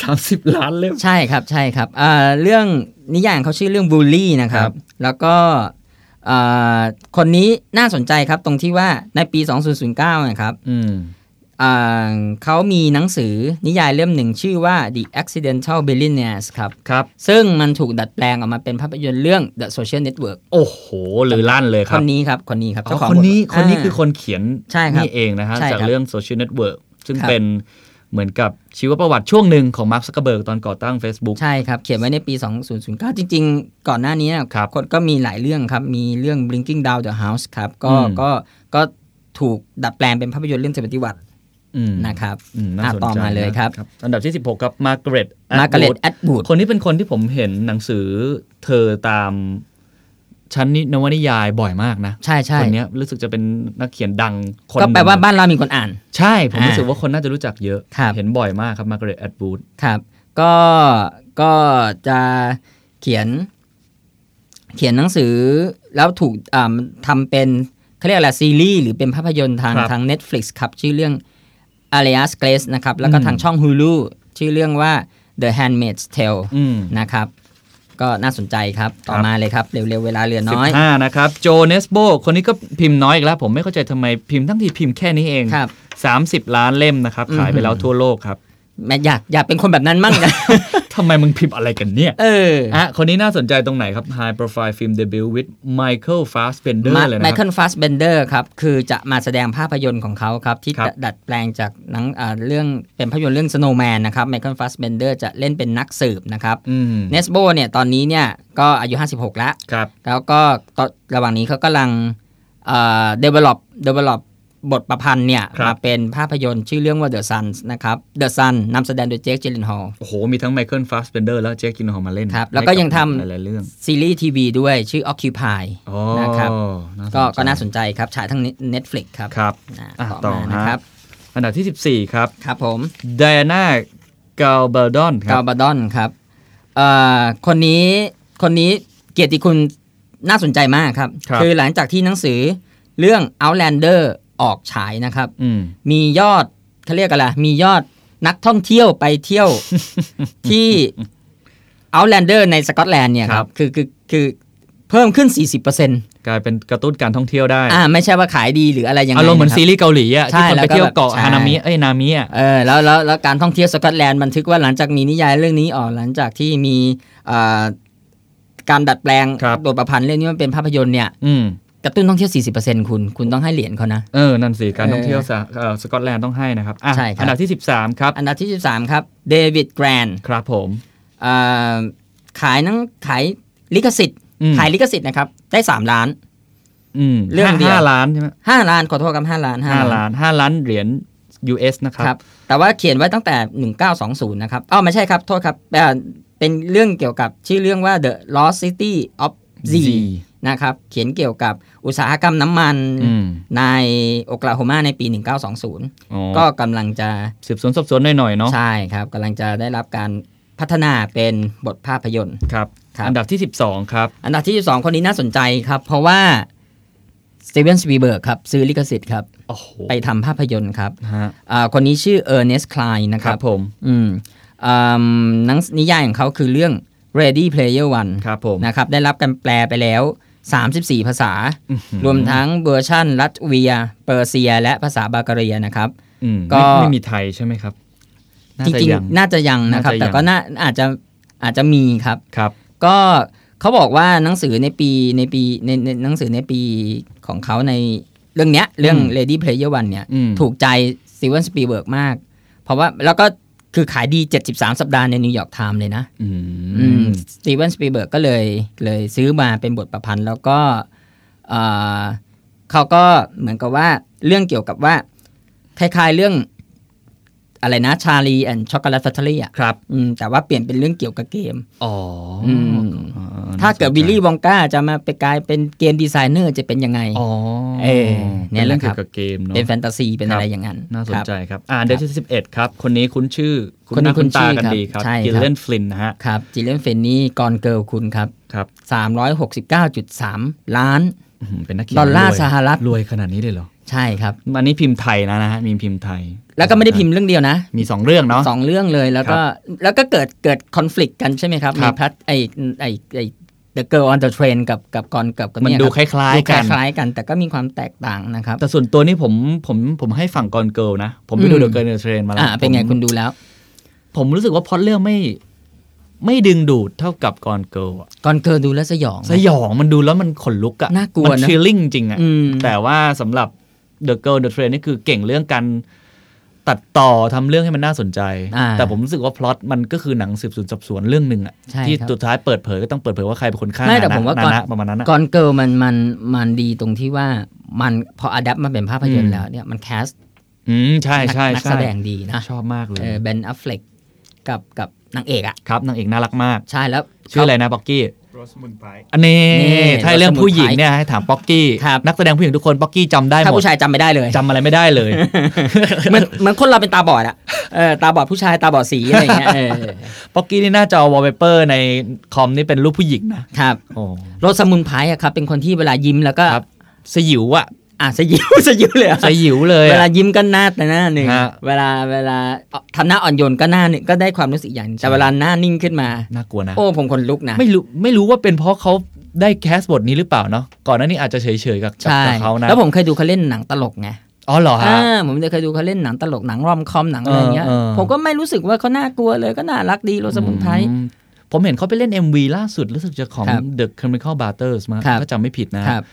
S2: สามสิบล้านเล่ม
S3: ใช่ครับใช่ครับอ่าเรื่องนิยายของเขาชื่อเรื่องบูลลี่นะครั
S2: ครับ บ
S3: แล้วก็อ่าคนนี้น่าสนใจครับตรงที่ว่าในปี 2009 นะครับ
S2: อืม
S3: อ่าเขามีหนังสือนิยายเล่มหนึ่งชื่อว่า The Accidental Billionaires ครับ
S2: ครับ
S3: ซึ่งมันถูกดัดแปลงออกมาเป็นภาพยนตร์เรื่อง The Social Network
S2: โอ้โหลือลั่นเลยค
S3: ครับ นนี้ครับ คนนี้ครับ
S2: อ๋อ
S3: เจ้าของ
S2: คนนี้
S3: บท
S2: คนนี้
S3: า
S2: คือคนเขียน
S3: ใช่ครับ
S2: นี่เองนะฮะ
S3: ใช่ครับ
S2: จากเรื่อง Social Network ซึ่ง
S3: ครับ
S2: เป็นเหมือนกับชีวประวัติช่วงหนึ่งของมาร์คซักเบิร์กตอนก่อตั้ง Facebook
S3: ใช่ครับ เขียนไว้ในปี 2009 จริง ๆ ก่อนหน้านี้
S2: ครับ
S3: คนก็มีหลายเรื่องครับ มีเรื่อง Blinking Down the House ครับ ก็
S2: อืม
S3: ก็ก็ถูกดัดแปลงเป็นภาพยนตร์เรื่องเสมติวัต
S2: อืม
S3: นะครับ
S2: อืมน่าสนใจ
S3: อ่ะต่อมาเลยครับ
S2: นะอันดับที่ 16 ครับมาเกร็ต
S3: มาร์กาเร็ตแอดบูด
S2: คนนี้เป็นคนที่ผมเห็นหนังสือเธอตามชั้นนินวนิยายบ่อยมากนะ
S3: ใช่ใช่
S2: คนเนี้ยรู้สึกจะเป็นนักเขียนดังคน
S3: ก็แปลว่า
S2: หง
S3: บ้านเรามีคนอ่าน
S2: ใช่ผม
S3: อ่า
S2: รู้สึกว่าคนน่าจะรู้จักเยอะ
S3: ครับ
S2: เห็นบ่อยมากครับมาเกรตแอดบูด
S3: ครับ ก็ก็จะเขียน เขียนหนังสือแล้วถูกอ่าทำเป็นเขาเรียกอะไรซีรีส์หรือเป็นภาพยนตร์ทางทาง Netflix ครับ ชื่อเรื่อง Alias Grace นะครับ แล้วก็ทางช่อง Hulu ชื่อเรื่องว่า The Handmaid's Tale
S2: อืม
S3: นะครับ ก็น่าสนใจครับ ต่อมาเลยครับ เร็วๆ เวลาเหลือ
S2: สิ
S3: น้
S2: บ
S3: อย
S2: ห้านะครับโจเนสโบคนนี้ก็พิมพ์น้อยอีกแล้ว ผมไม่เข้าใจทำไมพิมพ์ทั้งทีพิมพ์แค่นี้เอง
S3: ครับ
S2: สามสิบล้านเล่มนะครับ ขายไปแล้วทั่วโลก ครับ
S3: แม่อยากอยากเป็นคนแบบนั้นมั่งนะ
S2: ทำไมมึงพิมพ์อะไรกันเนี่ย
S3: เออ
S2: อ่ะคนนี้น่าสนใจตรงไหนครับ High Profile Film Debut with Michael Fassbender เลยนะค
S3: ไม
S2: รับ
S3: เคิลฟาสเบนเดอร์ครับ คือจะมาแสดงภาพยนตร์ของเขาครับ ที่
S2: ครับ
S3: ดัดแปลงจากหนังอ่าเรื่องเป็นภาพยนตร์เรื่อง Snowman นะครับไมเคิลฟาสเบนเดอร์จะเล่นเป็นนักสืบนะครับ
S2: อืม
S3: เนสโบเนี่ยตอนนี้เนี่ยก็อายุ 56 แล้ว
S2: ครับ
S3: แล้วก็ตอนระหว่างนี้เขากำลังเอ่อ develop develop บทประพันธ์เนี่ย
S2: ครับ
S3: มาเป็นภาพยนตร์ชื่อเรื่องว่า The Sun นะครับ The Sun นำแสดงโดยเจคเจลินฮอล
S2: โอ้โห มีทั้งไมเคิลฟาสเบนเดอร์แล้วเจ๊กินหอมมาเล่น
S3: ครับแล้วก็
S2: ให้บ
S3: ยังทำ
S2: หลายๆเรื่อง
S3: ซีรีส์ทีวีด้วยชื่อ Occupy
S2: อ๋อ
S3: นะครับ
S2: าสใจ
S3: ก็ก็น่าสนใจครับ ฉายทั้ง Netflix ครับ
S2: ครับ
S3: อ่ะ
S2: อ่ะ
S3: ต่
S2: ต่
S3: อ
S2: อ
S3: มา
S2: นะ
S3: นะ
S2: ค
S3: ค
S2: รั
S3: รับ บ
S2: อันดับที่ 14 ครับ
S3: ครับผม
S2: ไดอาน่ากาเบอร์ดอนค
S3: กา
S2: รั
S3: ล
S2: บ
S3: บาดอนครับเอ่อคนนี้คนนี้เกียรติคุณน่าสนใจมากครับ
S2: ครับ
S3: คือหลังจากที่หนังสือเรื่อง Outlander ออกฉายนะครับ
S2: อืม
S3: มียอดเขาเรียกอะไรมียอดนักท่องเที่ยวไปเที่ยว ที่ Outlander ในสกอตแลนด์เนี่ยค
S2: ครั
S3: รับ บคือคือคือเพิ่มขึ้น 40%
S2: กลายเป็นกระตุ้นการท่องเที่ยวได้
S3: อ่าไม่ใช่ว่าขายดีหรืออะไรยังไง
S2: อารมณ์เหมือน
S3: นะค
S2: ซี
S3: บ
S2: รีส์เกาหลีอ่ะ
S3: ใช่
S2: ที่คนไปเที่ยวเกาะ
S3: แล้วก็แบบ
S2: ฮานามิเอ้ยนามิอ่ะ
S3: เออแล้วแล้วแล้วการท่องเที่ยวสกอตแลนด์บันทึกว่าหลังจากมีนิยายเรื่องนี้ออกหลังจากที่มีอ่าการดัดแปลง
S2: ครับ
S3: บทประพันธ์เรื่องนี้มันเป็นภาพยนตร์เนี่ย
S2: อืม
S3: กระตุ้นท่องเที่ยว 40%คุณคุณต้องให้เหรียญเขานะ
S2: เออ นั่นสิ การ
S3: เออ
S2: ท่องเที่ยวสะเอ่อสกอตแลนด์ต้องให้นะครับอ่ะ
S3: ใช่ครับ
S2: อันดับที่ 13 ครับ
S3: อันดับที่ 13 ครับเดวิดแกรน
S2: ครับผม
S3: อ่าขายหนังขายลิขสิทธิ์
S2: อืม
S3: ขายลิขสิทธิ์นะครับ ได้ 3 ล้าน
S2: อืม
S3: เรื่องเดียว
S2: ห้าล้านใช่ไหม
S3: 5 ล้าน ขอโทษครับ 5 ล้าน
S2: ห้าล้านห้าล้านเหรียญ US นะค
S3: ค
S2: รั
S3: รับ บ แต่ว่าเขียนไว้ตั้งแต่ 1920 นะครับอ้าวไม่ใช่ครับ โทษครับเอ่อเป็นเรื่องเกี่ยวกับชื่อเรื่องว่า The Lost City of Z นะครับ เขียนเกี่ยวกับอุตสาหกรรมน้ำมัน
S2: อืม
S3: ในโอกลาโฮมาในปี 1920
S2: อ๋อ
S3: ก็กำลังจะ
S2: สืบสวนสอบสวนหน่อยๆเนาะ
S3: ใช่ครับกำลังจะได้รับการพัฒนาเป็นบทภาพยนตร์
S2: ครับ
S3: ครับ
S2: อันดับที่ 12 ครับ
S3: อันดับที่ 12 คนนี้น่าสนใจครับ เพราะว่าสตีเวนสปีเบิร์กครับ ซื้อลิขสิทธิ์ครับ
S2: โอ้โห
S3: ไปทำภาพยนตร์ครับ
S2: ฮะ
S3: อ่าคนนี้ชื่อเออร์เนสต์คลายนะ
S2: ค
S3: ค
S2: รั
S3: รั
S2: บบ ผม
S3: อืมอ่าหนังนิยายของเขาคือเรื่อง Ready Player One
S2: ครับผม
S3: นะครับ ได้รับการแปลไปแล้ว 34 ภาษา
S2: อื้อหือ
S3: รวมทั้งเวอร์ชันรัสเวีย เปอร์เซีย และภาษาบาการเรียนะครับ
S2: อืม
S3: ก็
S2: ไม่ไม่มีไทยใช่ไหมครับน่า
S3: จ
S2: จะ
S3: ริง
S2: ยัง
S3: ๆ น่าจะยังนะครับ
S2: น่าจะยัง
S3: แต่ก็น่าอาจจะอาจจะมีครับ
S2: ครับ
S3: ก็เขาบอกว่าหนังสือในปีในปีในในหนังสือในปีของเขาในเรื่องเนี้ยเรื่อง
S2: อืม
S3: Lady Player One เนี่ย
S2: อืม
S3: ถูกใจสตีเวนสปีเบิร์กมาก เพราะว่าแล้วก็คือขายดี 73 สัปดาห์ในนิวยอร์กไทม์เลยนะ
S2: อืม
S3: สตีเวนสปีเบิร์กก็เลยเลยซื้อมาเป็นบทประพันธ์ แล้วก็เอ่อเขาก็เหมือนกับว่าเรื่องเกี่ยวกับว่าคล้ายๆเรื่องอะไรนะชาลีแอนช็อกโกแลตแฟคทอรี่อ่ะ
S2: ครับ
S3: อืมแต่ว่าเปลี่ยนเป็นเรื่องเกี่ยวกับเกม
S2: อ๋ออ
S3: ม
S2: อ๋อ
S3: ถ้าเกิด
S2: น่สนใจ
S3: วิลลี่วองกาจะมาไปกลายเป็นเกมดีไซเนอร์จะเป็นยังไง
S2: อ๋อ
S3: เออเนี่ย
S2: ป็
S3: แหละ
S2: เรื่องเกี่ย
S3: ค
S2: ว
S3: รับ
S2: กับเกมเนาะ
S3: เป็นแฟนตาซีเป็น
S2: ครับ
S3: อะไรอย่างนั้น
S2: น่าสนใจ
S3: ครับ
S2: ครับ อ่าเดชที่สิบเอ็ดครับ คนนี้คุ้นชื่อ
S3: คนนี้
S2: หา
S3: คุ้นชื่อ
S2: ตากัน
S3: ครับ
S2: ดีครับ
S3: ใช่ครับ
S2: กิลเลนฟลินนะฮะ
S3: ครับจิเลนเฟนนี่กอนเกิลคุณครับ
S2: ครับ
S3: 369.3 ล้าน
S2: อื้อหือเป็นนักเขียน
S3: ดอลลาร์
S2: วย
S3: สหรัฐ
S2: รวยขนาดนี้เลยเหรอ
S3: ใช่ครับ
S2: อันนี้พิมพ์ไทยนะนะฮะมีพิมพ์ไทย
S3: แล้วก็ไม่ได้พิมพ์เรื่องเดียวนะ
S2: มีสองเรื่องเนาะ
S3: สองเรื่องเลยแล้วก็แล้วก็เกิดเกิดคอน FLICT กันใช่ไหมครับ
S2: ค
S3: ใน
S2: รับ
S3: พลัดไอไอไอ The Girl on the Train กับกับก่อนกับกับ
S2: มัน
S3: เนี่ย
S2: ดู
S3: ครับ
S2: คล้าย
S3: ดู
S2: ๆกัน
S3: คล้ายๆกัน แต่ก็มีความแตกต่างนะครับ
S2: แต่ส่วนตัวนี่ผมผมผมให้ฝั่งกอนเกิลนะ ผมไปดู
S3: อืม
S2: เดอะเกิร์ลเทรนมาแล้ว
S3: อ่าเป็นไง
S2: ผม
S3: คุณดูแล้ว
S2: ผมรู้สึกว่าพล็อตเรื่องไม่ไม่ดึงดูดเท่ากับกอนเกิลอะ
S3: ก่อนเกิดดูแล้วสยอง
S2: สยองมันดูแล้วมันขนลุกอะ
S3: น่ากลัวนะ
S2: มัชิลลิ่งจริงอะ
S3: อืม
S2: แต่ว่าสำหรับเดอะเกิร์ลเดอะเทรนนี่คือเก่งเรื่องการตัดต่อทำเรื่องให้มันน่าสนใจ
S3: า
S2: แต่ผมรู้สึกว่าพล็อตมันก็คือหนังสืบสวนสอบสวนเรื่องหนึ่งอะ
S3: ใช่ครับ
S2: ที่สุดท้ายเปิดเผยก็ต้องเปิดเผยว่าใครเป็นคนฆ่า
S3: ไม่แต่
S2: นะ
S3: ผมว่า
S2: นะ
S3: ก่อน
S2: นะประมาณนั้นอะ
S3: ก่อนเกิลมันมันมันดีตรงที่ว่ามันพออัดับมันเป็นภาพยนต
S2: อื
S3: ร์
S2: ม
S3: แล้วเนี่ยมันแคส
S2: อืมใช่ใช่
S3: นัก
S2: ใช่
S3: แสดงดีนะ
S2: ชอบมากเลย
S3: เออเบนอัฟเฟลกกับกับนางเอกอ่ะ
S2: ครับนางเอกน่ารักมาก
S3: ใช่แล้ว
S2: ชื่ออะไรนะป๊อกกี้
S4: โรสมุนไพร
S2: อันนี้
S3: นี่
S2: ถ้าเรื่องผู้หญิงเนี่ยให้ถามป๊อกกี้
S3: ครับ
S2: นักแสดงผู้หญิงทุกคนป๊อกกี้จำได้ห
S3: ถ้าม
S2: ด
S3: ผู้ชายจำไม่ได้เลย
S2: จำอะไรไม่ได้ เลย
S3: เหมือนเหมือนคนเราเป็นตาบอดอะเออตาบอดผู้ชายตาบอดสีอะไรอย่างเงี้ยเออ
S2: ป๊อกกี้นี่หน้าจอวอลเปเปอร์ในคอมนี่เป็นรูปผู้หญิงนะครับ โอ้
S3: รสมุนไพรอะครับเป็นคนที่เวลายิ้มแล้วก็
S2: ครับ สยิวอะ
S3: อ่ะสยิว สยิวเลยอะ
S2: สยิวเลย
S3: เวลา
S2: อะ
S3: ยิ้มก็หน้าแต่หน้าหนึ่ง
S2: ฮะ
S3: เวลาเวลาเอาทำหน้าอ่อนโยนก็หน้าหนึ่งก็ได้ความรู้สึกอย่างหนึ่งแต่
S2: ใช่
S3: เวลาหน้านิ่งขึ้นมา
S2: น่ากลัวนะ
S3: โอ้ผมคนลุกนะ
S2: ไม่รู้ไม่รู้ว่าเป็นเพราะเขาได้แคสบทนี้หรือเปล่าเนาะก่อนหน้านี้อาจจะเฉยๆกับกับ
S3: ใช่
S2: กับเขานะ
S3: แล้วผมเคยดูเขาเล่นหนังตลกไง
S2: อ๋อเหรอฮะ
S3: อ่าผมเคยดูเขาเล่นหนังตลกหนังรอมคอมหนังอะไรเงี้ย
S2: เออเออ
S3: ผมก็ไม่รู้สึกว่าเขาน่ากลัวเลยก็น่ารักดีรสมุนไพร
S2: อืมผมเห็นเขาไปเล่น MV ล่าสุดรู้สึกจะของ
S3: ครับ
S2: The Chemical Butters มา
S3: ครับ
S2: ถ้าจำไม่ผิดนะ
S3: ครับ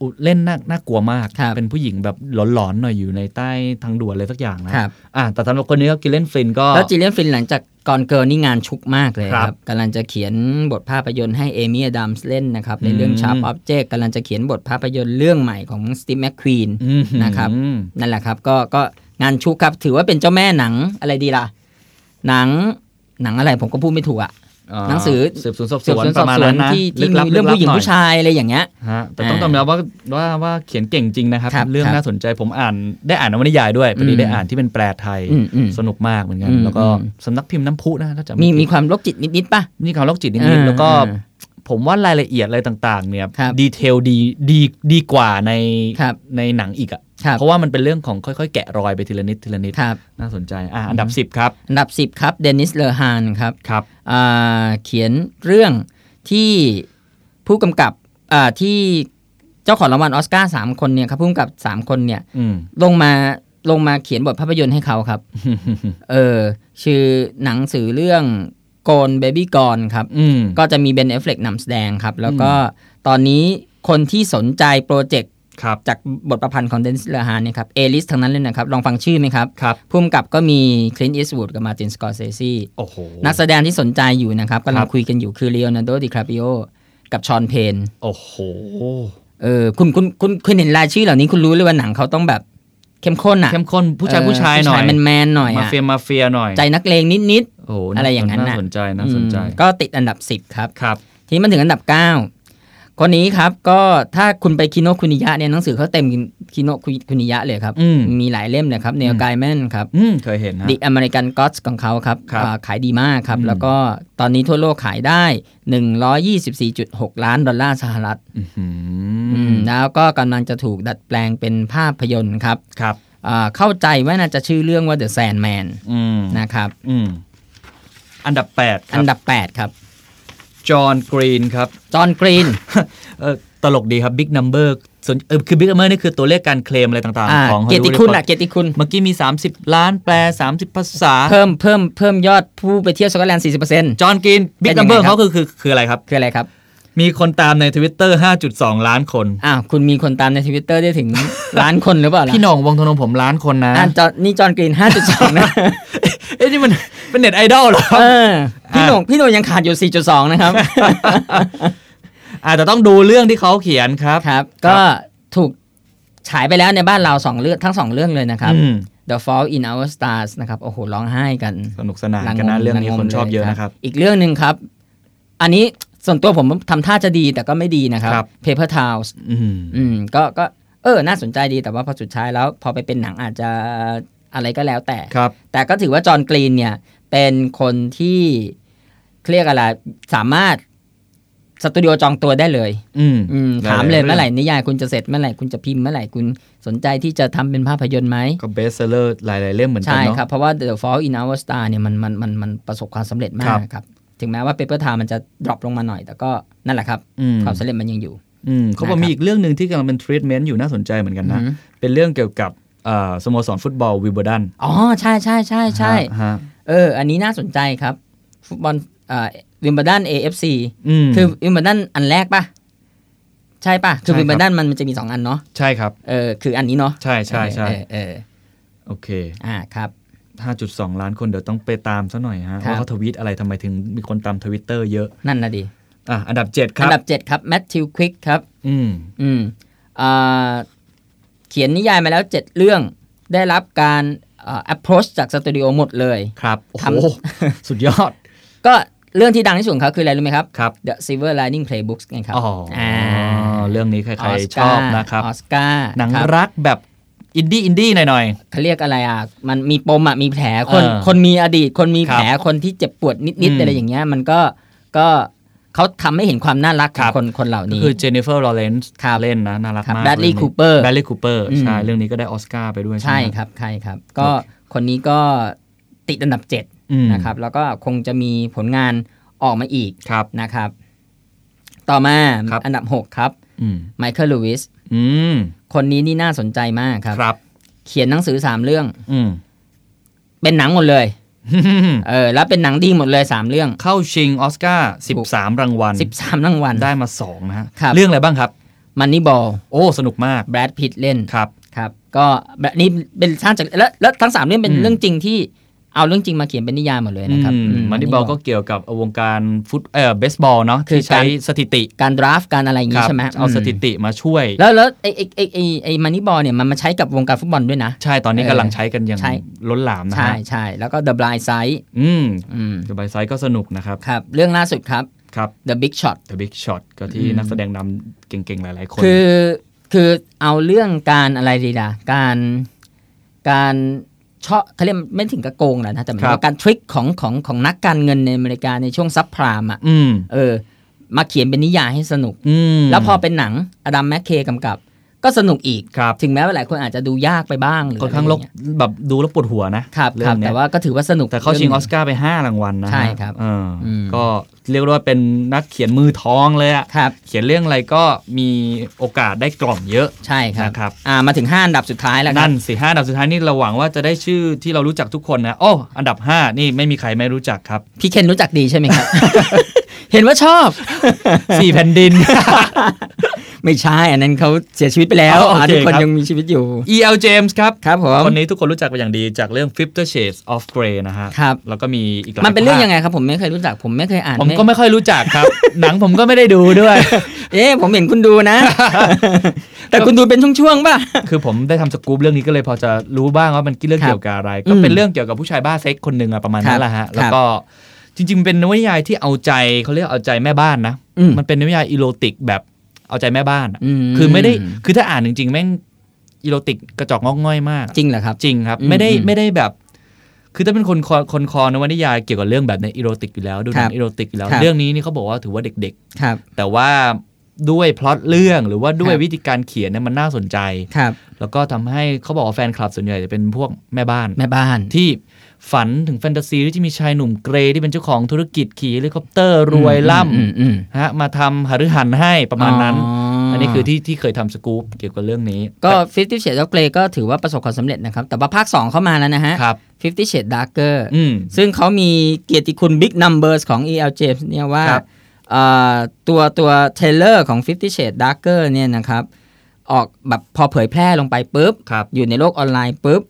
S2: อุ๊ยเล่นน่าน่ากลัวมาก
S3: ครับ
S2: เป็นผู้หญิงแบบหลอนๆหน่อยอยู่ในใต้ทางด่วนอะไรสักอย่างนะครับ อ่ะแต่สำหรับคนนี้ก็กินเล่นฟลินก็
S3: แล้วจิเลียนฟินหลังจากก่อนเกิร์ลนี่งานชุกมากเลย
S2: ครับ
S3: ครับกำลังจะเขียนบทภาพยนตร์ให้เอมี่อดัมส์เล่นนะครับในเรื่อง
S2: อืม
S3: Sharp Object กำลังจะเขียนบทภาพยนตร์เรื่องใหม่ของสตี e แมคควีน
S2: อืม
S3: นะครับ นั่นแหละครับก็ก็งานชุกครับ ถือว่าเป็นเจ้าแม่หนังอะไรดีล่ะ หนังหนังอะไรผมก็พูดไม่ถูกอะ
S2: อ่า
S3: หนังสือ
S2: สืบสวนสอบส
S3: สืบ
S2: วน
S3: สวน
S2: ป
S3: สอบ
S2: ระมาณ
S3: สว
S2: นั้น นนะ
S3: ที่ที่
S2: ลึกลับ
S3: มีเรื่องผู้หญิง
S2: ลับน่ย
S3: ผู้ชายอะไรอย่างเงี้ย
S2: ฮะแต่ต้องยอมรับว่าว่าว่าเขียนเก่งจริงนะครับ
S3: ครับ
S2: เรื่อง
S3: ครับ
S2: น่าสนใจผมอ่านได้อ่านนวนิยายด้วยพอดี
S3: อืม
S2: ได้อ่านที่เป็นแปลไทย
S3: อืมอืม
S2: สนุกมากเหมือนกัน
S3: อืม
S2: แล้วก็
S3: อืม
S2: สำนักพิมพ์น้ำพุนะถ้าจำไ
S3: มีมีความโรคจิตนิดๆป่ะ
S2: นี่ข่าวโรคจิตนิดๆแล้วก็
S3: เออ
S2: ผมว่ารายละเอียดอะไรต่างๆ เนี่ย
S3: ครับ
S2: ดีเทลดีดีดีกว่าใน
S3: ครับ
S2: ในหนังอีกอะ
S3: ค
S2: ะ
S3: รั่บ
S2: เพราะว่ามันเป็นเรื่องของค่อยๆ แกะรอยไปทีละนิดทีละนิด
S3: ครับ
S2: น่าสนใจอ่ะอันดับ 10 ครับ
S3: อันดับสิบครับเดนิสเลอฮานครับ
S2: ครับ
S3: อ่าเขียนเรื่องที่ผู้กำกับอ่าที่เจ้าของรางวัลออสการ์สามคนเนี่ยครับผู้กำกับสามคนเนี่ย
S2: อืม
S3: ลงมาลงมาเขียนบทภาพยนตร์ให้เขาครับ เออชื่อหนังสือเรื่องโกนเบบี้กอนครับ
S2: อืม
S3: ก็จะมีเบนเอฟเฟลกนำแสดงครับ แล้วก็ตอนนี้คนที่สนใจโปรเจกต์
S2: ครับ
S3: จากบทประพันธ์ของเดนซิลฮานเนี่ยครับเอลิสทั้งนั้นเลยนะครับ ลองฟังชื่อไหมครับ
S2: ครับ
S3: ผู้กำกับก็มีคลินต์อีสวูดกับมาตินสกอร์เซซี
S2: โอ้โห
S3: นักแสดงที่สนใจอยู่นะครับ
S2: ค
S3: กำลั
S2: รั
S3: ง
S2: บ
S3: คุยกันอยู่คือเล o n นา d โดดิคาปิโอกับชอนเพน
S2: โอ้โห
S3: เออคุณคุณคุณคุณเห็นรายชื่อเหล่านี้คุณรู้เลยว่าหนังเขาต้องแบบเข้มข้นอ่ะ
S2: เข้มข้นผู้ชาย
S3: เออ
S2: ผู้ชายหน่อย
S3: แมนแมนๆหน่อย
S2: มา
S3: อะ
S2: เฟียมาเฟียหน่อย
S3: ใจนักเลงนิดนิด
S2: โอ้โห
S3: อะไรอย่างนั้นน่ะ
S2: น่าสนใจ
S3: ๆ
S2: น่าสนใจ
S3: อืมก็ติดอันดับ 10 ครับ
S2: ครับ
S3: ทีนี้มันถึงอันดับ 9 คนนี้ครับก็ถ้าคุณไปคิโนคุนิยะเนี่ยหนังสือเขาเต็มคิโนคุนิยะเลยครับ
S2: อืม
S3: มีหลายเล่มเลยครับเนลไกแมนครับ
S2: อืมเคยเห็นนะ
S3: ดิอเมริกันก็ d ์ของเขาครับ
S2: ครับ
S3: อ่าขายดีมากครับ
S2: อืม
S3: แล้วก็ตอนนี้ทั่วโลกขายได้ 124.6 ล้านดอลลาร์สหรัฐ
S2: อื้อหื
S3: อืม
S2: อ
S3: แล้วก็กำลังจะถูกดัดแปลงเป็นภาพยนตร์ครับ
S2: ครับ
S3: อ่าเข้าใจว่าน่าจะชื่อเรื่องว่า The Sandman
S2: อืม
S3: นะครับ
S2: อืมอันดับ 8 ค
S3: อั
S2: รับ
S3: นดับ 8 ครับ
S2: จอห์นกรีนครับ
S3: จอห์นกรีน
S2: เออตลกดีครับ Big Number ส่วนเออคือ Big Number นี่คือตัวเลขการเคลมอะไรต่างๆ ของ
S3: เกียรติ
S2: Hollywood
S3: คุณอ่ะ
S2: Report
S3: เกียรติคุณ
S2: เมื่อกี้มี 30 ล้านแปล 30 ภาษา
S3: เพิ่มเพิ่มเพิ่มยอดผู้ไปเที่ยวสกอตแลนด์ 40%
S2: จอห์นกิน Big
S3: เป็นยังไง
S2: Number
S3: ครั
S2: เขา
S3: บ
S2: คือคือคืออะไรครับ
S3: คืออะไรครับ
S2: มีคนตามใน Twitter 5.2 ล้านคน
S3: อ้าวคุณมีคนตามในทวิตเตอร์ได้ถึง ล้านคนหรือเปล่าล่ะ
S2: พี่หน่องวงธนงผมล้านคนนะ
S3: อ่ะจอห์นนี่จอห์นกรีน 5.2 นะ
S2: เอ้ยนี่มัน เป็นเน็ตไอดอลเหรอครับ
S3: เออพี่
S2: อ่ะ
S3: หนงพี่หนงยังขาดอยู่ 4.2 นะครับ
S2: อาจจะต้องดูเรื่องที่เขาเขียนครับ
S3: ครับ ก็ถูกฉายไปแล้วในบ้านเราสองเรื่องทั้งสองเรื่องเลยนะครับ
S2: อืม
S3: The Fall in Our Stars นะครับ โอ้โห ร้องไห้กัน
S2: สนุกสนานกันนะ เรื่องนี้
S3: ระงม
S2: คนชอบ
S3: ล
S2: เยอะนะครับ
S3: อีกเรื่องหนึ่งครับ อันนี้ส่วนตัวผมทำท่าจะดีแต่ก็ไม่ดีนะครับ
S2: ครับ
S3: Paper Towns
S2: อืม
S3: อืมก็ก็เออ น่าสนใจดีแต่ว่าพอสุดท้ายแล้วพอไปเป็นหนังอาจจะอะไรก็แล้วแต่
S2: ครับ
S3: แต่ก็ถือว่าจอห์นกรีนเนี่ย เป็นคนที่เรียกอะไร สามารถสตูดิโอจองตัวได้เลย
S2: อืม
S3: อืม
S2: ได้
S3: ถามเล
S2: เลย
S3: ยเมื่อไหร่นิยายคุณจะเสร็จเมื่อไหร่คุณจะพิมพ์เมื่อไหร่คุณสนใจที่จะทำเป็นภาพยนตร์ไหม
S2: ก็เบสเซอร์หลายๆเล่มเหมือนกัน
S3: ใช่
S2: เนาะ
S3: ครับ เพราะว่า The Fall in Our Star เนี่ยมันมันมันมันประสบความสำเร็จมา
S2: ครั
S3: ก
S2: บ
S3: ครับ ถึงแม้ว่าเปเปอร์ทามันจะดรอปลงมาหน่อย แต่ก็นั่นแหละครับ
S2: อืม
S3: ความสำเร็จมันยังอยู่
S2: อืมเขาบอกมีอีกเรื่องหนึ่งที่กำลังเป็นทรีทเมนต์อยู่น่าสนใจเหมือนกันนะ
S3: อือหือ
S2: เป็นเรื่องเกี่ยวกับเอ่อสโมสรฟุตบอลวิเบอร์ดัน
S3: อ๋อใช่ใช่ใช่ใช่
S2: ฮะ
S3: เออ อันนี้น่าสนใจครับ ฟุตบอลอ่าวิมเบลดัน AFC
S2: ม
S3: คือวิมเบลดันอันแรกป่ะ ใช่ป่ะ คือ
S2: ใช่ครับ
S3: วิมเบลดันมันมันจะมีสองอันเนาะ
S2: ใช่ครับ
S3: เออคืออันนี้เนาะ
S2: ใช่ใช่ใช่
S3: เออเออเออ
S2: โอเค
S3: อ่าครับ
S2: 5.2 ล้านคนเดี๋ยวต้องไปตามซะหน่อยฮะ
S3: ครับ
S2: ว่าเขาทวีตอะไรทำไมถึงมีคนตามทวิตเตอร์เยอะ
S3: นั่นนะดี
S2: อ่ะอันดับ 7 ค
S3: อั
S2: รั
S3: น
S2: บ
S3: ดับ 7 ครับแมทธิวควิกครับ
S2: อืม
S3: อืมอ่าเขียนนิยายมาแล้ว 7 เรื่องได้รับการอ่า approach จากสตูดิโอหมดเลย
S2: ครับโอ้โห
S3: ทำ
S2: สุดยอด
S3: ก็เรื่องที่ดังที่สุดของเขาคืออะไรรู้ไหมครับ
S2: ครับ
S3: The Silver Lining Playbook ไงครับ
S2: อ๋ออา เรื่องนี้ใคร
S3: ออส
S2: ๆช
S3: กา
S2: อบนะครับ
S3: ออสการ์
S2: หนัง
S3: ครับ
S2: รักแบบอินดี้อินดี้หน่อย
S3: เขาเรียกอะไรอ่ะ มันมีปมอ่ะ มีแผล คน
S2: เออ
S3: คนมีอดีต คนมี
S2: ครับ
S3: แผล คนที่เจ็บปวดนิด
S2: อืม
S3: ๆ อะไรอย่างเงี้ย มันก็ ก็เขาทำให้เห็นความน่ารักข
S2: ค
S3: อ
S2: รั
S3: ง
S2: บ
S3: คน คนเหล่า
S2: ๆก็
S3: นี้
S2: คือเจเนฟเฟอร์ลอเรนซ์
S3: ครับ
S2: เล่นนะ น่ารัก
S3: ครับ
S2: มาก
S3: Bradley
S2: งนี้
S3: Cooper
S2: Bradley Cooper
S3: อืม
S2: ใช่ เรื่องนี้ก็ได้ออสการ์ไปด้วย
S3: ใช่
S2: ไหม
S3: ครับ ใช่ครับ ก็คนนี้ก็ติดอันดับ 7
S2: อืม
S3: นะครับ แล้วก็คงจะมีผลงานออกมาอีก
S2: ครับ
S3: นะครับ ต่อมา
S2: ครับ
S3: อันดับ 6 ครับ
S2: อืม
S3: ไมเคิลลูวิส
S2: อืม
S3: คนนี้นี่น่าสนใจมากครับ
S2: ครับ
S3: เขียนหนังสือ 3 เรื่อง
S2: อืม
S3: เป็นหนังหมดเลย เออ แล้วเป็นหนังดีหมดเลย 3 เรื่อง
S2: เข้าชิงออสการ์13 รางวัล
S3: 13รางวัล
S2: ได้มา 2 นะฮะ
S3: ครับ
S2: เรื่องอะไรบ้างครับ
S3: มันนี่บอล
S2: โอ้ สนุกมาก
S3: แบรดพิตเล่น
S2: ครับ
S3: ครับ ก็แบบนี้เป็นสร้างจากแล้วแล้วทั้งสามเรื่องเป็น
S2: อืม
S3: เรื่องจริงที่เอาเรื่องจริงมาเขียนเป็นนิยายหมดเลยนะครับอื
S2: มันนี่บอลก็เกี่ยวกับวงการฟุตเอ่อเบสบอลเนาะ
S3: คือ
S2: ที่ใช้
S3: การ
S2: สถิติ
S3: การดราฟการอะไรอย่าง
S2: ครั
S3: งี้ใช่ไหม
S2: เอา
S3: ม
S2: สถิติมาช่วย
S3: แล้วแล้วไอไอไอไอไอมันนี่บอลเนี่ยมันมาใช้กับวงการฟุตบอลด้วยนะ
S2: ใช่ตอน
S3: เออก
S2: นี้ำลังใช้กันอย่าง
S3: ใช่
S2: ล้นหลามนะ
S3: ใช่
S2: ฮะ
S3: ใช่แล้วก็ The Blind Side
S2: อืม
S3: อืม
S2: สบายไซส์ก็สนุกนะครับ
S3: ครับ เรื่องล่าสุดครับ
S2: ครับ
S3: The Big Shot
S2: The Big Shot ก็ที่
S3: อืม
S2: นักแสดงนำเก่งๆ หลายๆ คน
S3: คือคือเอาเรื่องการอะไรดีล่ะการการชอบเขาเรียกไม่ถึงกระโกงหรอกนะแต่หมายถึ
S2: ค
S3: ง
S2: รับ
S3: ว่าการทริคของของของนักการเงินในอเมริกาในช่วงซับไพรามอ่ะ
S2: อืม
S3: เออ มาเขียนเป็นนิยายให้สนุก
S2: อืม
S3: แล้วพอเป็นหนังอดัมแมคเคย์กำกับ ก็สนุกอีก
S2: ครับ
S3: ถึงแม้ว่าหลายคนอาจจะดูยากไปบ้างหรือ
S2: ค่อนข้างลก
S3: ะไรย่เย
S2: แบบดูแล้วปวดหัวนะครับ เรื่
S3: ครับ
S2: เนี้
S3: แต่
S2: ย
S3: ว่าก็ถือว่าสนุก
S2: แต่เข้าชิงออ
S3: รื่ห
S2: ส
S3: นึ่
S2: การ์ไป 5 รางวัลนะฮะ
S3: ใช่ครับ
S2: เอออ
S3: ม
S2: ก็เรียกได้ว่าเป็นนักเขียนมือทองเลยอะ
S3: ครับ
S2: เขียนเรื่องอะไรก็มีโอกาสได้กล่อมเยอะ
S3: ใช่ครับ
S2: นะครับ
S3: อ่ามาถึง 5 อันดับสุดท้ายแล้วครั
S2: นั่
S3: บ
S2: นสิห้าอันดับสุดท้ายนี่เราหวังว่าจะได้ชื่อที่เรารู้จักทุกคนนะโอ้อันดับ 5 นี่ไม่มีใครไม่รู้จัก ครับ
S3: พี่เคนรู้จักดีใช่ไหม ครับ เห็นว่าชอบ
S2: สี่แผ่น ดิน
S3: ไม่ใช่ อันนั้นเขาเสียชีวิตไปแล้ว
S2: อ๋อโอเค
S3: อ่าทุกคน
S2: ครับ
S3: ยังมีชีวิตอยู่
S2: E.L. James ครับ
S3: ครับผม
S2: คนนี้ทุกคนรู้จักเป็นอย่างดีจากเรื่อง Fifty Shades of Grey นะฮะ
S3: ครับ
S2: แล้วก็มีอีกหลาย
S3: มันเป็นเรื่อง
S2: ภาค
S3: ยังไงครับ ผมไม่เคยรู้จัก ผมไม่เคยอ่าน
S2: ผมก็ไม่ค่อยรู้จัก ครับ หนังผมก็ไม่ได้ดูด้วย
S3: เอ๊ะผมเห็นคุณดูนะ แต่คุณดูเป็นช่วงๆป่ะ
S2: คือผมได้ทำสกู๊ปเรื่องนี้ก็เลยพอจะรู้บ้างว่ามันเรื่อง
S3: ครับ
S2: เกี่ยวกับอะไร ก็เป็นเรื่องเกี่ยวกับผู้ชายบ้าเซ็กคนหนึ่งอะประมาณนั้นแหละฮะ
S3: ครับ
S2: แล้วก็จริง ๆ เป็นนวนิยายที่เอาใจเขาเรียกเอาใจแม่บ้านนะ
S3: อืม
S2: มันเป็นนวนิยายอีโรติกแบบเอาใจแม่บ้านอะ
S3: ม
S2: คือไม่ได้คือถ้าอ่านจริงๆ แม่งอีโรติกกระจอกงอกง่อยมาก
S3: จริงเหรอครับ
S2: จริงครับ
S3: อืม
S2: ไม่ได้
S3: อืม
S2: ไม่ได้แบบ คือถ้าเป็นคนคอคนคอนวนิยายเกี่ยวกับเรื่องแบบในอีโรติกอยู่แล้วดูหนั
S3: ครั
S2: ง
S3: บ
S2: อีโรติกอยู่แล้ว
S3: ครับ
S2: เรื่องนี้นี่เขาบอกว่าถือว่าเด็ก
S3: ครับ
S2: ๆ แต่ว่าด้วยพล็อตเรื่องหรือว่าด้วย
S3: ครับ
S2: วิธีการเขียนเนี่ยมันน่าสนใจ
S3: ครับ
S2: แล้วก็ทำให้เขาบอกว่าแฟนคลับส่วนใหญ่จะเป็นพวกแม่บ้าน
S3: แม่บ้าน
S2: ที่ฝันถึงแฟนตาซีที่มีชายหนุ่มเกรย์ที่เป็นเจ้าของธุรกิจขี่เฮลิคอปเตอร์รวยล่
S3: อืมอืมอืม
S2: ำฮะมาทำหฤหันให้ประมาณนั้น
S3: อั
S2: อันนี้คือที่ที่เคยทำสกู๊ปเกี่ยวกับเรื่องนี้
S3: ก็ Fifty Shades of Grey ก็ถือว่าประสบความสำเร็จนะครับ แต่ว่าภาค 2 เข้ามาแล้วนะฮะ
S2: ครับ
S3: Fifty Shades Darker
S2: อืม
S3: ซึ่งเขามีเกียรติคุณ Big Numbers ของ E.L. James เนี่ยว่า
S2: ครับ
S3: เอ่อตัวตัวเทเลอร์ของ Fifty Shades Darker เนี่ยนะครับ ออกแบบพอเผยแพร่ลงไปปุ๊บ
S2: ครับ
S3: อยู่ในโลกออนไลน์ปุ๊บ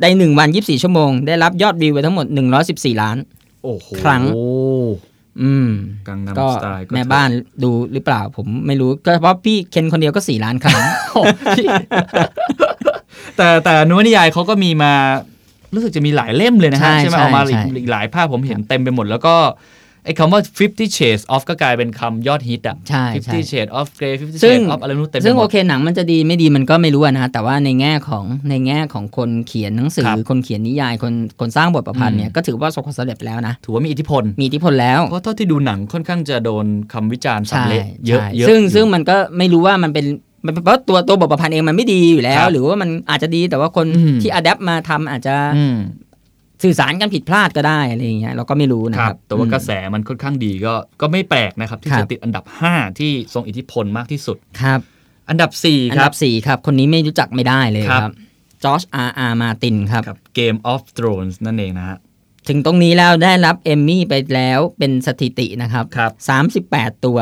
S3: ได้หนึ่งวัน 24 ชั่วโมง ได้รับยอดวิวไปทั้งหมด 114 ล้าน
S2: โอ้โห
S3: ครั้ง อืม
S2: กังนำ
S3: ก็
S2: สไตล์ก็
S3: แม่บ้านดูหรือเปล่าผมไม่รู้ ก็เพราะพี่เคนคนเดียวก็ 4 ล้านครั้ง
S2: แต่แต่นวนิยายเขาก็มีมา รู้สึกจะมีหลายเล่มเลยนะฮะ
S3: ใช่
S2: ใช่ไหม
S3: ใช่
S2: ออกมาอีก
S3: ใช่
S2: อีกหลายภาคผมเห็นเต็มไปหมด แล้วก็ไอ้คำว่า 50 shades of ก็กลายเป็นคำยอดฮิตอ่ะ
S3: ใช่ใช่
S2: 50 shades of grey 50
S3: ซึ่ง
S2: shades of อะไรนู้นเต็มไป
S3: ซึ่ง
S2: หม
S3: โอ
S2: ด
S3: เคหนังมันจะดีไม่ดีมันก็ไม่รู้อะนะ แต่ว่าในแง่ของในแง่ของคนเขียนหนังสือ
S2: ครับ
S3: คนเขียนนิยายคนคนสร้างบทประพันธ์เนี่ย
S2: อืม
S3: ก็ถือว่าประสบความสำเร็จแล้วนะ
S2: ถือว่ามีอิทธิพล
S3: มีอิทธิพลแล้ว
S2: เพราะเท่าที่ดูหนังค่อนข้างจะโดนคำวิจารณ์สำเร็จเยอะ
S3: ใช่
S2: เยอะ
S3: ซึ่ง
S2: อยู่
S3: ซึ่งมันก็ไม่รู้ว่ามันเป็นมันเพราะตัวตัวบทประพันธ์เองมันไม่ดีอยู่แล้
S2: คว รับ
S3: หรือว่ามันอาจจะดีแต่ว่าคน
S2: อืม
S3: ที่อัดแอปมาทำอาจจะ
S2: อืม
S3: สื่อสารกันผิดพลาดก็ได้อะไรอย่างเงี้ยเราก็ไม่รู้นะ
S2: ค
S3: ค
S2: รั
S3: รั
S2: บบ แต่ว่า
S3: อืม
S2: กระแสมันค่อนข้างดีก็ก็ไม่แปลกนะครับ ที่
S3: ครั
S2: จะ
S3: บ
S2: ติดอันดับ 5 ที่ทรงอิทธิพลมากที่สุด
S3: ครับ
S2: อันดับ 4
S3: อัน
S2: ครั
S3: ดั
S2: บ
S3: บสี่ครับคนนี้ไม่รู้จักไม่ได้เลย
S2: ครับ
S3: ครับจอชอาร์อาร์มาตินครับ
S2: ครับ Game of Thrones นั่นเองนะฮะ
S3: ถึงตรงนี้แล้วได้รับเอมมี่ไปแล้วเป็นสถิตินะครับ
S2: ครับ
S3: สามสิบแปด ตัว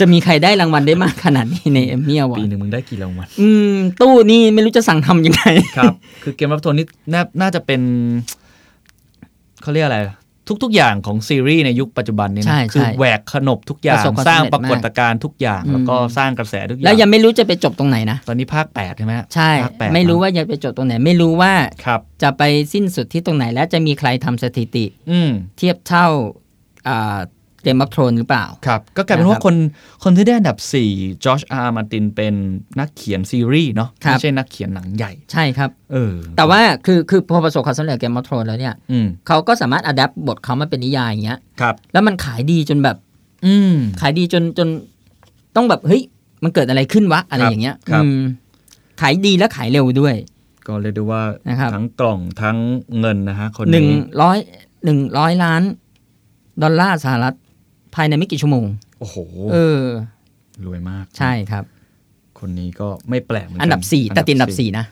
S3: จะมีใครได้รางวัลได้มากขนาดนี้ในเอมมี่อวอ
S2: ปี
S3: ร์
S2: หนึ่งมึงได้กี่รางวัล
S3: อืม ตู้นี่ไม่รู้จะสั่งทำยังไง
S2: ครับ คือเกมรับโทนนี่น่าน่าจะเป็นเขาเรียกอะไร ทุก ๆ อย่างของซีรีส์ในยุคปัจจุบันนี้
S3: ใช่
S2: นะคือ
S3: ใช่
S2: แหวกขนบทุกอย่าง
S3: ประสบความ
S2: สร้าง
S3: สำเร็จ
S2: ปรากฏการณ์ทุกอย่าง
S3: อืม
S2: แล้วก็สร้างกระแสทุกอย่า
S3: แล้วยัง
S2: ง
S3: ไม่รู้จะไปจบตรงไหนนะ
S2: ตอนนี้ภาค 8 ใช่ไหมฮะ
S3: ใช่
S2: ภาคแปด
S3: ไม่รู้
S2: นะ
S3: ว่าจะไปจบตรงไหน ไม่รู้ว่า
S2: ครับ
S3: จะไปสิ้นสุดที่ตรงไหน และจะมีใครทำสถิติ
S2: อืม
S3: เทียบเท่าเกมบัฟโทนหรือเปล่า
S2: ครับ ก็กลายเป็นว่า
S3: นะครับ
S2: คนคนที่ได้อันดับ 4 จอชอาร์มาตินเป็นนักเขียนซีรีส์เนาะ
S3: ครับ
S2: ไม่ใช่นักเขียนหนังใหญ่
S3: ใช่ครับ
S2: เออ
S3: แต่ว่าคือคือพอประสบความสำเร็จเกมบัฟโทนแล้วเนี่ย
S2: อืม
S3: เขาก็สามารถอัดแอปบทเขามาเป็นนิยายอย่างเงี้ย
S2: ครับ
S3: แล้วมันขายดีจนแบบ
S2: อืม
S3: ขายดีจนจนต้องแบบเฮ้ยมันเกิดอะไรขึ้นวะ อะไร
S2: ครับ
S3: อย่างเงี้ย
S2: ครับ
S3: อืมขายดีและขายเร็วด้วย
S2: ก็เรียกได้ว่า
S3: นะครับ
S2: ทั้งกล่องทั้งเงินนะฮะ คน
S3: หนึ่ง
S2: นี้
S3: ร้อยหนึ่งร้อยล้าน ดอลลาร์สหรัฐ ภายในไม่กี่ชั่วโมง
S2: โอ้โห
S3: เออ
S2: รวยมาก
S3: ใช่ครับ
S2: คนนี้ก็ไม่แปลกเหมือนกั
S3: อันดับสี่แต่ติดอันดับสี่นะ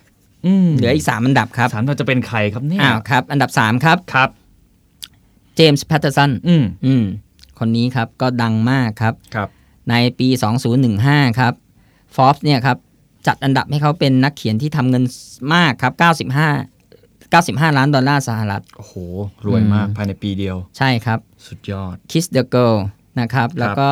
S2: อืม
S3: เหลืออีกสามอันดับครับ
S2: สามเราจะเป็นใครครับเนี่ย
S3: อ้าวครับ อันดับสามครับ
S2: ครับ
S3: เจมส์แพตเตอร์สัน
S2: อืม
S3: อืม คนนี้ครับก็ดังมากครับ
S2: ครับ
S3: ในปี 2015 ครับฟอ b ส์เนี่ยครับ จัดอันดับให้เขาเป็นนักเขียนที่ทำเงินมากครับ 95 95 ล้านดอลลาร์สหรัฐ
S2: โอ้โห รวยมาก
S3: อืม
S2: ภายในปีเดียว
S3: ใช่ครับ
S2: สุดยอด
S3: Kiss the Girl นะครับ แล้วก็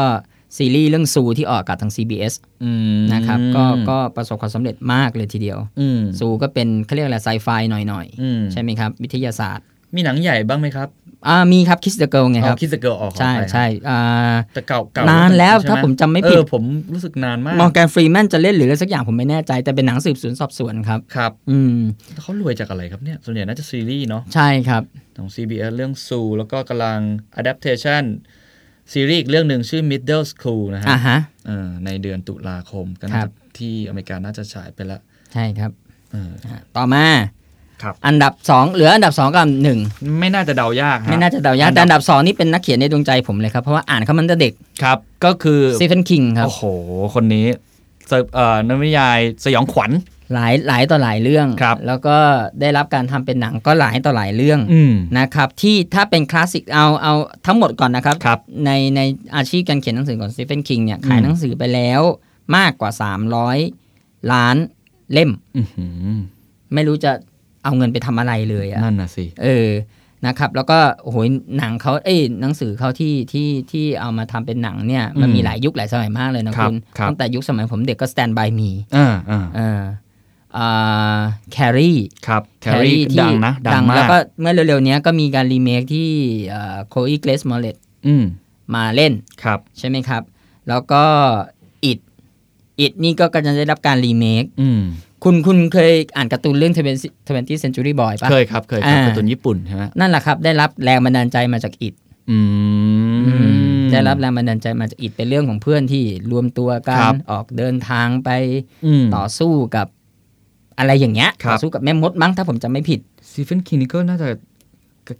S3: ซีรีส์เรื่องซูที่ออกอากาศทาง CBS
S2: อืม
S3: นะครับ ก็ก็ประสบความสำเร็จมากเลยทีเดียว
S2: อืม
S3: ซูก็เป็นเขาเรียกอะไรไซไฟหน่อย
S2: อืม
S3: ๆ ใช่ไหมครับ วิทยาศาสตร์
S2: มีหนังใหญ่บ้างไหมครับ
S3: อ่ามีครับ Kiss the Girl ไงครับ
S2: คิดสเกิลออก
S3: ใช่ใช่อ่า
S2: แต่เก่าเก่าน
S3: านแล้วถ้าผมจำไม่ผิด
S2: เออผมรู้สึกนานมาก
S3: มองแกนฟรีแมนจะเล่นหรืออะไรสักอย่างผมไม่แน่ใจ แต่เป็นหนังสืบสวนสอบสวนครับ
S2: ครับ
S3: อืม
S2: แล้วเขารวยจากอะไรครับเนี่ย ส่วนใหญ่น่าจะซีรีส์เนาะ
S3: ใช่ครับ
S2: ของ CBS เรื่องซูแล้วก็กำลัง adaptation ซีรีส์อีกเรื่องหนึ่งชื่อ Middle School นะฮะ
S3: อ่าฮะ
S2: เอ่อในเดือนตุลาคมก็น่า
S3: ครั
S2: จะ
S3: บ
S2: ที่อเมริกาน่าจะฉายไปละ
S3: ใช่ครับ
S2: เออ
S3: อ่าต่อมา
S2: ครับ
S3: อันดับ 2 เหลืออันดับ 2 กับอันดับหนึ่ง
S2: ไม่น่าจะเดายากฮ
S3: ไม่น่าจะเดายากแต่อันดับ 2 นี่เป็นนักเขียนในดวงใจผมเลยครับ เพราะว่าอ่านเขามันจะเด็ก
S2: ครับ ก็คือ
S3: เซฟเฟนคิงครับ
S2: โอ้โห คนนี้เสิร์ฟเอ่อนวนิยายสยองขวัญ
S3: หลายหลายต่อหลายเรื่อง
S2: ครับ
S3: แล้วก็ได้รับการทำเป็นหนังก็หลายต่อหลายเรื่อง
S2: อืม
S3: นะครับ ที่ถ้าเป็นคลาสสิกเอาเอาทั้งหมดก่อนนะครับ
S2: ครับ
S3: ในในอาชีพการเขียนหนังสือของสตีเฟนคิงเนี่ยขาย
S2: อืม
S3: หนังสือไปแล้วมากกว่า 300 ล้านเล่ม
S2: อื้อหือ
S3: ไม่รู้จะเอาเงินไปทำอะไรเลยอะ
S2: นั่นน่ะสิ
S3: เออ นะครับ แล้วก็ โอ้โห หนังเขาเอ้ย หนังสือเขาที่ที่ที่เอามาทำเป็นหนังเนี่ย มัน
S2: อืม
S3: มีหลายยุคหลายสมัยมากเลยนะครับ คุณ
S2: ครับ
S3: ตั้งแต่ยุคสมัยผมเด็กก็ Stand by me
S2: อ่าอ่า
S3: เอออ่า Carrie
S2: ครับแครี
S3: Carrie
S2: ดังนะ ดังมา
S3: แล้ว
S2: ก
S3: ก็เมื่อเร็วๆเนี้ยก็มีการรีเมคที่เอ่อ Chloe Grace Moretz
S2: อืม
S3: มาเล่น
S2: ครับ
S3: ใช่ไหมครับ แล้วก็ It It นี่ก็กำลังได้รับการรีเมค
S2: อืม
S3: คุณคุณเคยอ่านการ์ตูนเรื่อง20 20 Century Boy ปะ
S2: เคยครับเคยครับ
S3: อ่า
S2: การ์ตูนญี่ปุ่นใช่ไหม
S3: นั่นแหละครับ ได้รับแรงบันดาลใจมาจาก It
S2: อืม
S3: ได้รับแรงบันดาลใจมาจากอิดเป็นเรื่องของเพื่อนที่รวมตัวกั
S2: ครั
S3: น
S2: บ
S3: ออกเดินทางไป
S2: อืม
S3: ต่อสู้กับอะไรอย่างเงี้ย
S2: ครับ
S3: ต่อสู้กับแม่มดมั้งถ้าผมจำไม่ผิด
S2: ซีเฟนคิงนี่ก็น่าจะ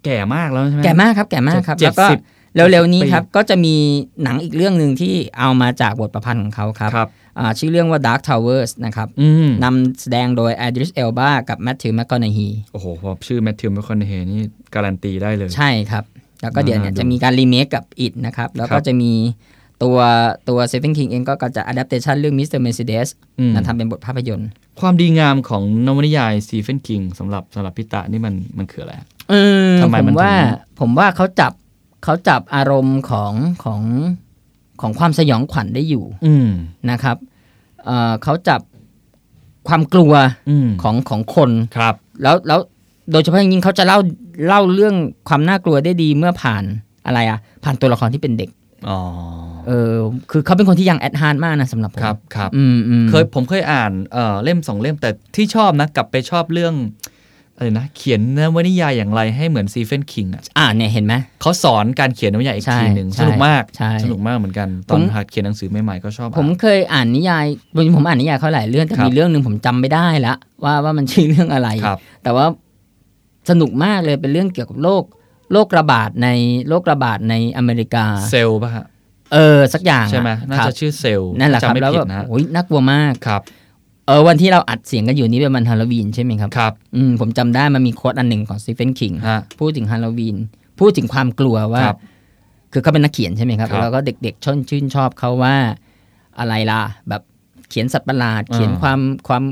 S2: แก่มากแล้วใช่ไหม
S3: แก่มากครับแก่มากครับ
S2: เจ็ด
S3: แล้วก็
S2: สิบ
S3: เร็วๆนี้
S2: ปี
S3: ครับก็จะมีหนังอีกเรื่องหนึ่งที่เอามาจากบทประพันธ์ของเขาครับ
S2: ครับ
S3: อ่าชื่อเรื่องว่า Dark Towers นะครับ
S2: อืม
S3: นำแสดงโดย Idris Elba กับ Matthew McConaughey
S2: โอ้โหพอชื่อแมทธิวแมคคอนเฮนี่การันตีได้เลย
S3: ใช่ครับ แล้วก็เดี๋ยวเนี่ย
S2: น่าดู
S3: จะมีการรีเมคกับอิดนะครับ แล้ว
S2: ครั
S3: ก็
S2: บ
S3: จะมีตัวตัว Stephen King เองก็จะ adaptation เรื่อง Mr. Mercedes
S2: อืม
S3: นะทำเป็นบทภาพยนตร์
S2: ความดีงามของนวนิยายซีเฟนคิงสำหรับสำหรับพิตะนี่มันมันคืออะไรฮะ
S3: อืม
S2: ทำไม
S3: ผ
S2: มั
S3: ม
S2: นถึง
S3: ว่าผมว่าเขาจับเขาจับอารมณ์ของของของความสยองขวัญได้อยู่
S2: อืม
S3: นะครับเอ่อเขาจับความกลัว
S2: อืม
S3: ของของคน
S2: ครับ
S3: แล้วแล้วโดยเฉพาะอย่างยิ่งเขาจะเล่าเล่าเรื่องความน่ากลัวได้ดีเมื่อผ่านอะไรอะผ่านตัวละครที่เป็นเด็ก
S2: อ๋อ
S3: เออคือเขาเป็นคนที่ยังแอดฮานมากนะสำหรับผม
S2: ครับครับ
S3: อืมอืม
S2: เคยผมเคยอ่านเอ่อเล่มสองเล่มแต่ที่ชอบนะ กลับไปชอบเรื่องอะไรนะ เขียนนวนิยายอย่างไรให้เหมือนซีเฟนคิงอ่ะ
S3: อ่าเนี่ยเห็นไหม
S2: เขาสอนการเขียนนวนิยายอีก
S3: ใช่
S2: ทีหนึ่ง
S3: ใช่
S2: สนุกมาก
S3: ใช่
S2: สนุกมากเหมือนกัน ตอ
S3: ผ
S2: น
S3: ม
S2: หัดเขียนหนังสือใหม่ๆก็ชอบ
S3: ผม
S2: อ่าน
S3: เคยอ่านนิยายผมอ่านนิยายเขาหลายเรื่องแต่
S2: ครับ
S3: มีเรื่องหนึ่งผมจำไม่ได้ละว่าว่ามันชื่อเรื่องอะไร
S2: ครับ
S3: แต่ว่า สนุกมากเลยเป็นเรื่องเกี่ยวกับโรคโรคระบาดในโรคระบาดในอเมริกา
S2: เซลล์ป่ะฮะ
S3: เออ สักอย่างอะ
S2: ใช่ไหมน่า
S3: ครับ
S2: จะชื่อเซลล์
S3: นั่นแหละค
S2: จำ
S3: รับ
S2: ไม่
S3: แล้ว
S2: ผิ
S3: แบ
S2: ด
S3: บ
S2: นะฮะ
S3: โอ้ยน่ากลัวมาก
S2: ครับ
S3: เออวันที่เราอัดเสียงกันอยู่นี้เป็นวันฮาโลวีนใช่ไหมครับ
S2: ครับ
S3: อืมผมจำได้มันมีโค้ดอันหนึ่งของสตีเฟนคิง
S2: ฮะ
S3: พูดถึงฮาโลวีนพูดถึงความกลัวว่า
S2: ครับ
S3: คือเขาเป็นนักเขียนใช่ไหมครับ
S2: ครับ
S3: แล้วก็เด็กๆชนชื่นชอบเขาว่าอะไรล่ะ แบบเขียนสัตว์ประหลาด
S2: อ่า
S3: เขียนความความ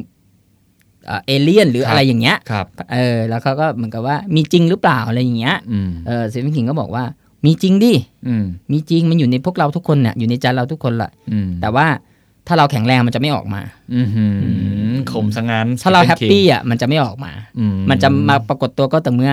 S3: เอ่อเอเลี่ยนหรือ
S2: ครับ
S3: อะไรอย่างเงี้ย
S2: ครับ
S3: เออแล้วเขาก็เหมือนกับว่ามีจริงหรือเปล่าอะไรอย่างเงี้ย
S2: อืม
S3: เออสตีเฟนคิงก็บอกว่า มีจริงดิ
S2: อืม
S3: มีจริงมันอยู่ในพวกเราทุกคนน่ะอยู่ในใจเราทุกคนแหละ
S2: อืม
S3: แต่ว่าถ้าเราแข็งแรงมันจะไม่ออกมา
S2: อื้อหือขมสังงาน
S3: ถ้าเราแฮปปี้อ่ะมันจะไม่ออกมา
S2: อื
S3: มันจะมาปรากฏตัวก็แต่เมื่อ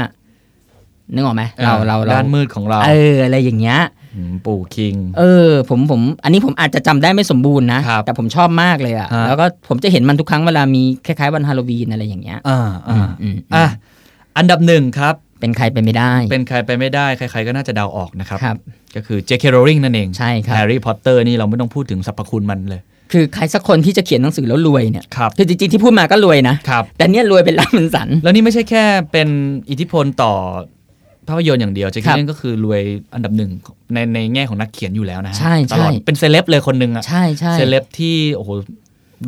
S3: นึกออกไหมเราเราเรา
S2: ด้านมืดของเรา
S3: เอออะไรอย่างเงี้ย
S2: อืมปู่คิง
S3: เออ ผมผม อันนี้ผมอาจจะจำได้ไม่สมบูรณ์นะ
S2: ครับ
S3: แต่ผมชอบมากเลยอะ
S2: ฮะ
S3: แล้วก็ผมจะเห็นมันทุกครั้งเวลามีคล้ายๆวันฮาโลวีนอะไรอย่างเงี้ย
S2: อ่าอ่า
S3: อืม
S2: อ่ะอันดับหนึ่งครับ
S3: เป็นใครไปไม่ได้
S2: เป็นใครไปไม่ได้ ใคร ๆ ก็น่าจะเดาออกนะครับ
S3: ครับ
S2: ก็คือ J.K. Rowling นั่นเอง
S3: ใช่ครับ
S2: แฮร์รี่พอตเตอร์นี่เราไม่ต้องพูดถึงสรรพคุณมันเลย
S3: คือใครสักคนที่จะเขียนหนังสือแล้วรวยเนี่ย
S2: ครับ
S3: คือจริงๆที่พูดมาก็รวยนะ
S2: ครับ
S3: แต่เนี้ยรวยเป็นล้านเป็นสัน
S2: แล้วนี่ไม่ใช่แค่เป็นอิทธิพลต่อภาพยนตร์อย่างเดียว J.K.
S3: ครับ
S2: Rowling ก็คือรวยอันดับหนึ่งในในแง่ของนักเขียนอยู่แล้วนะฮะ
S3: ใช่ใช่
S2: ตลอดเป็นเซเลบเลยคนหนึ่งอะ
S3: ใช่ใช่
S2: เซเลบที่โอ้โห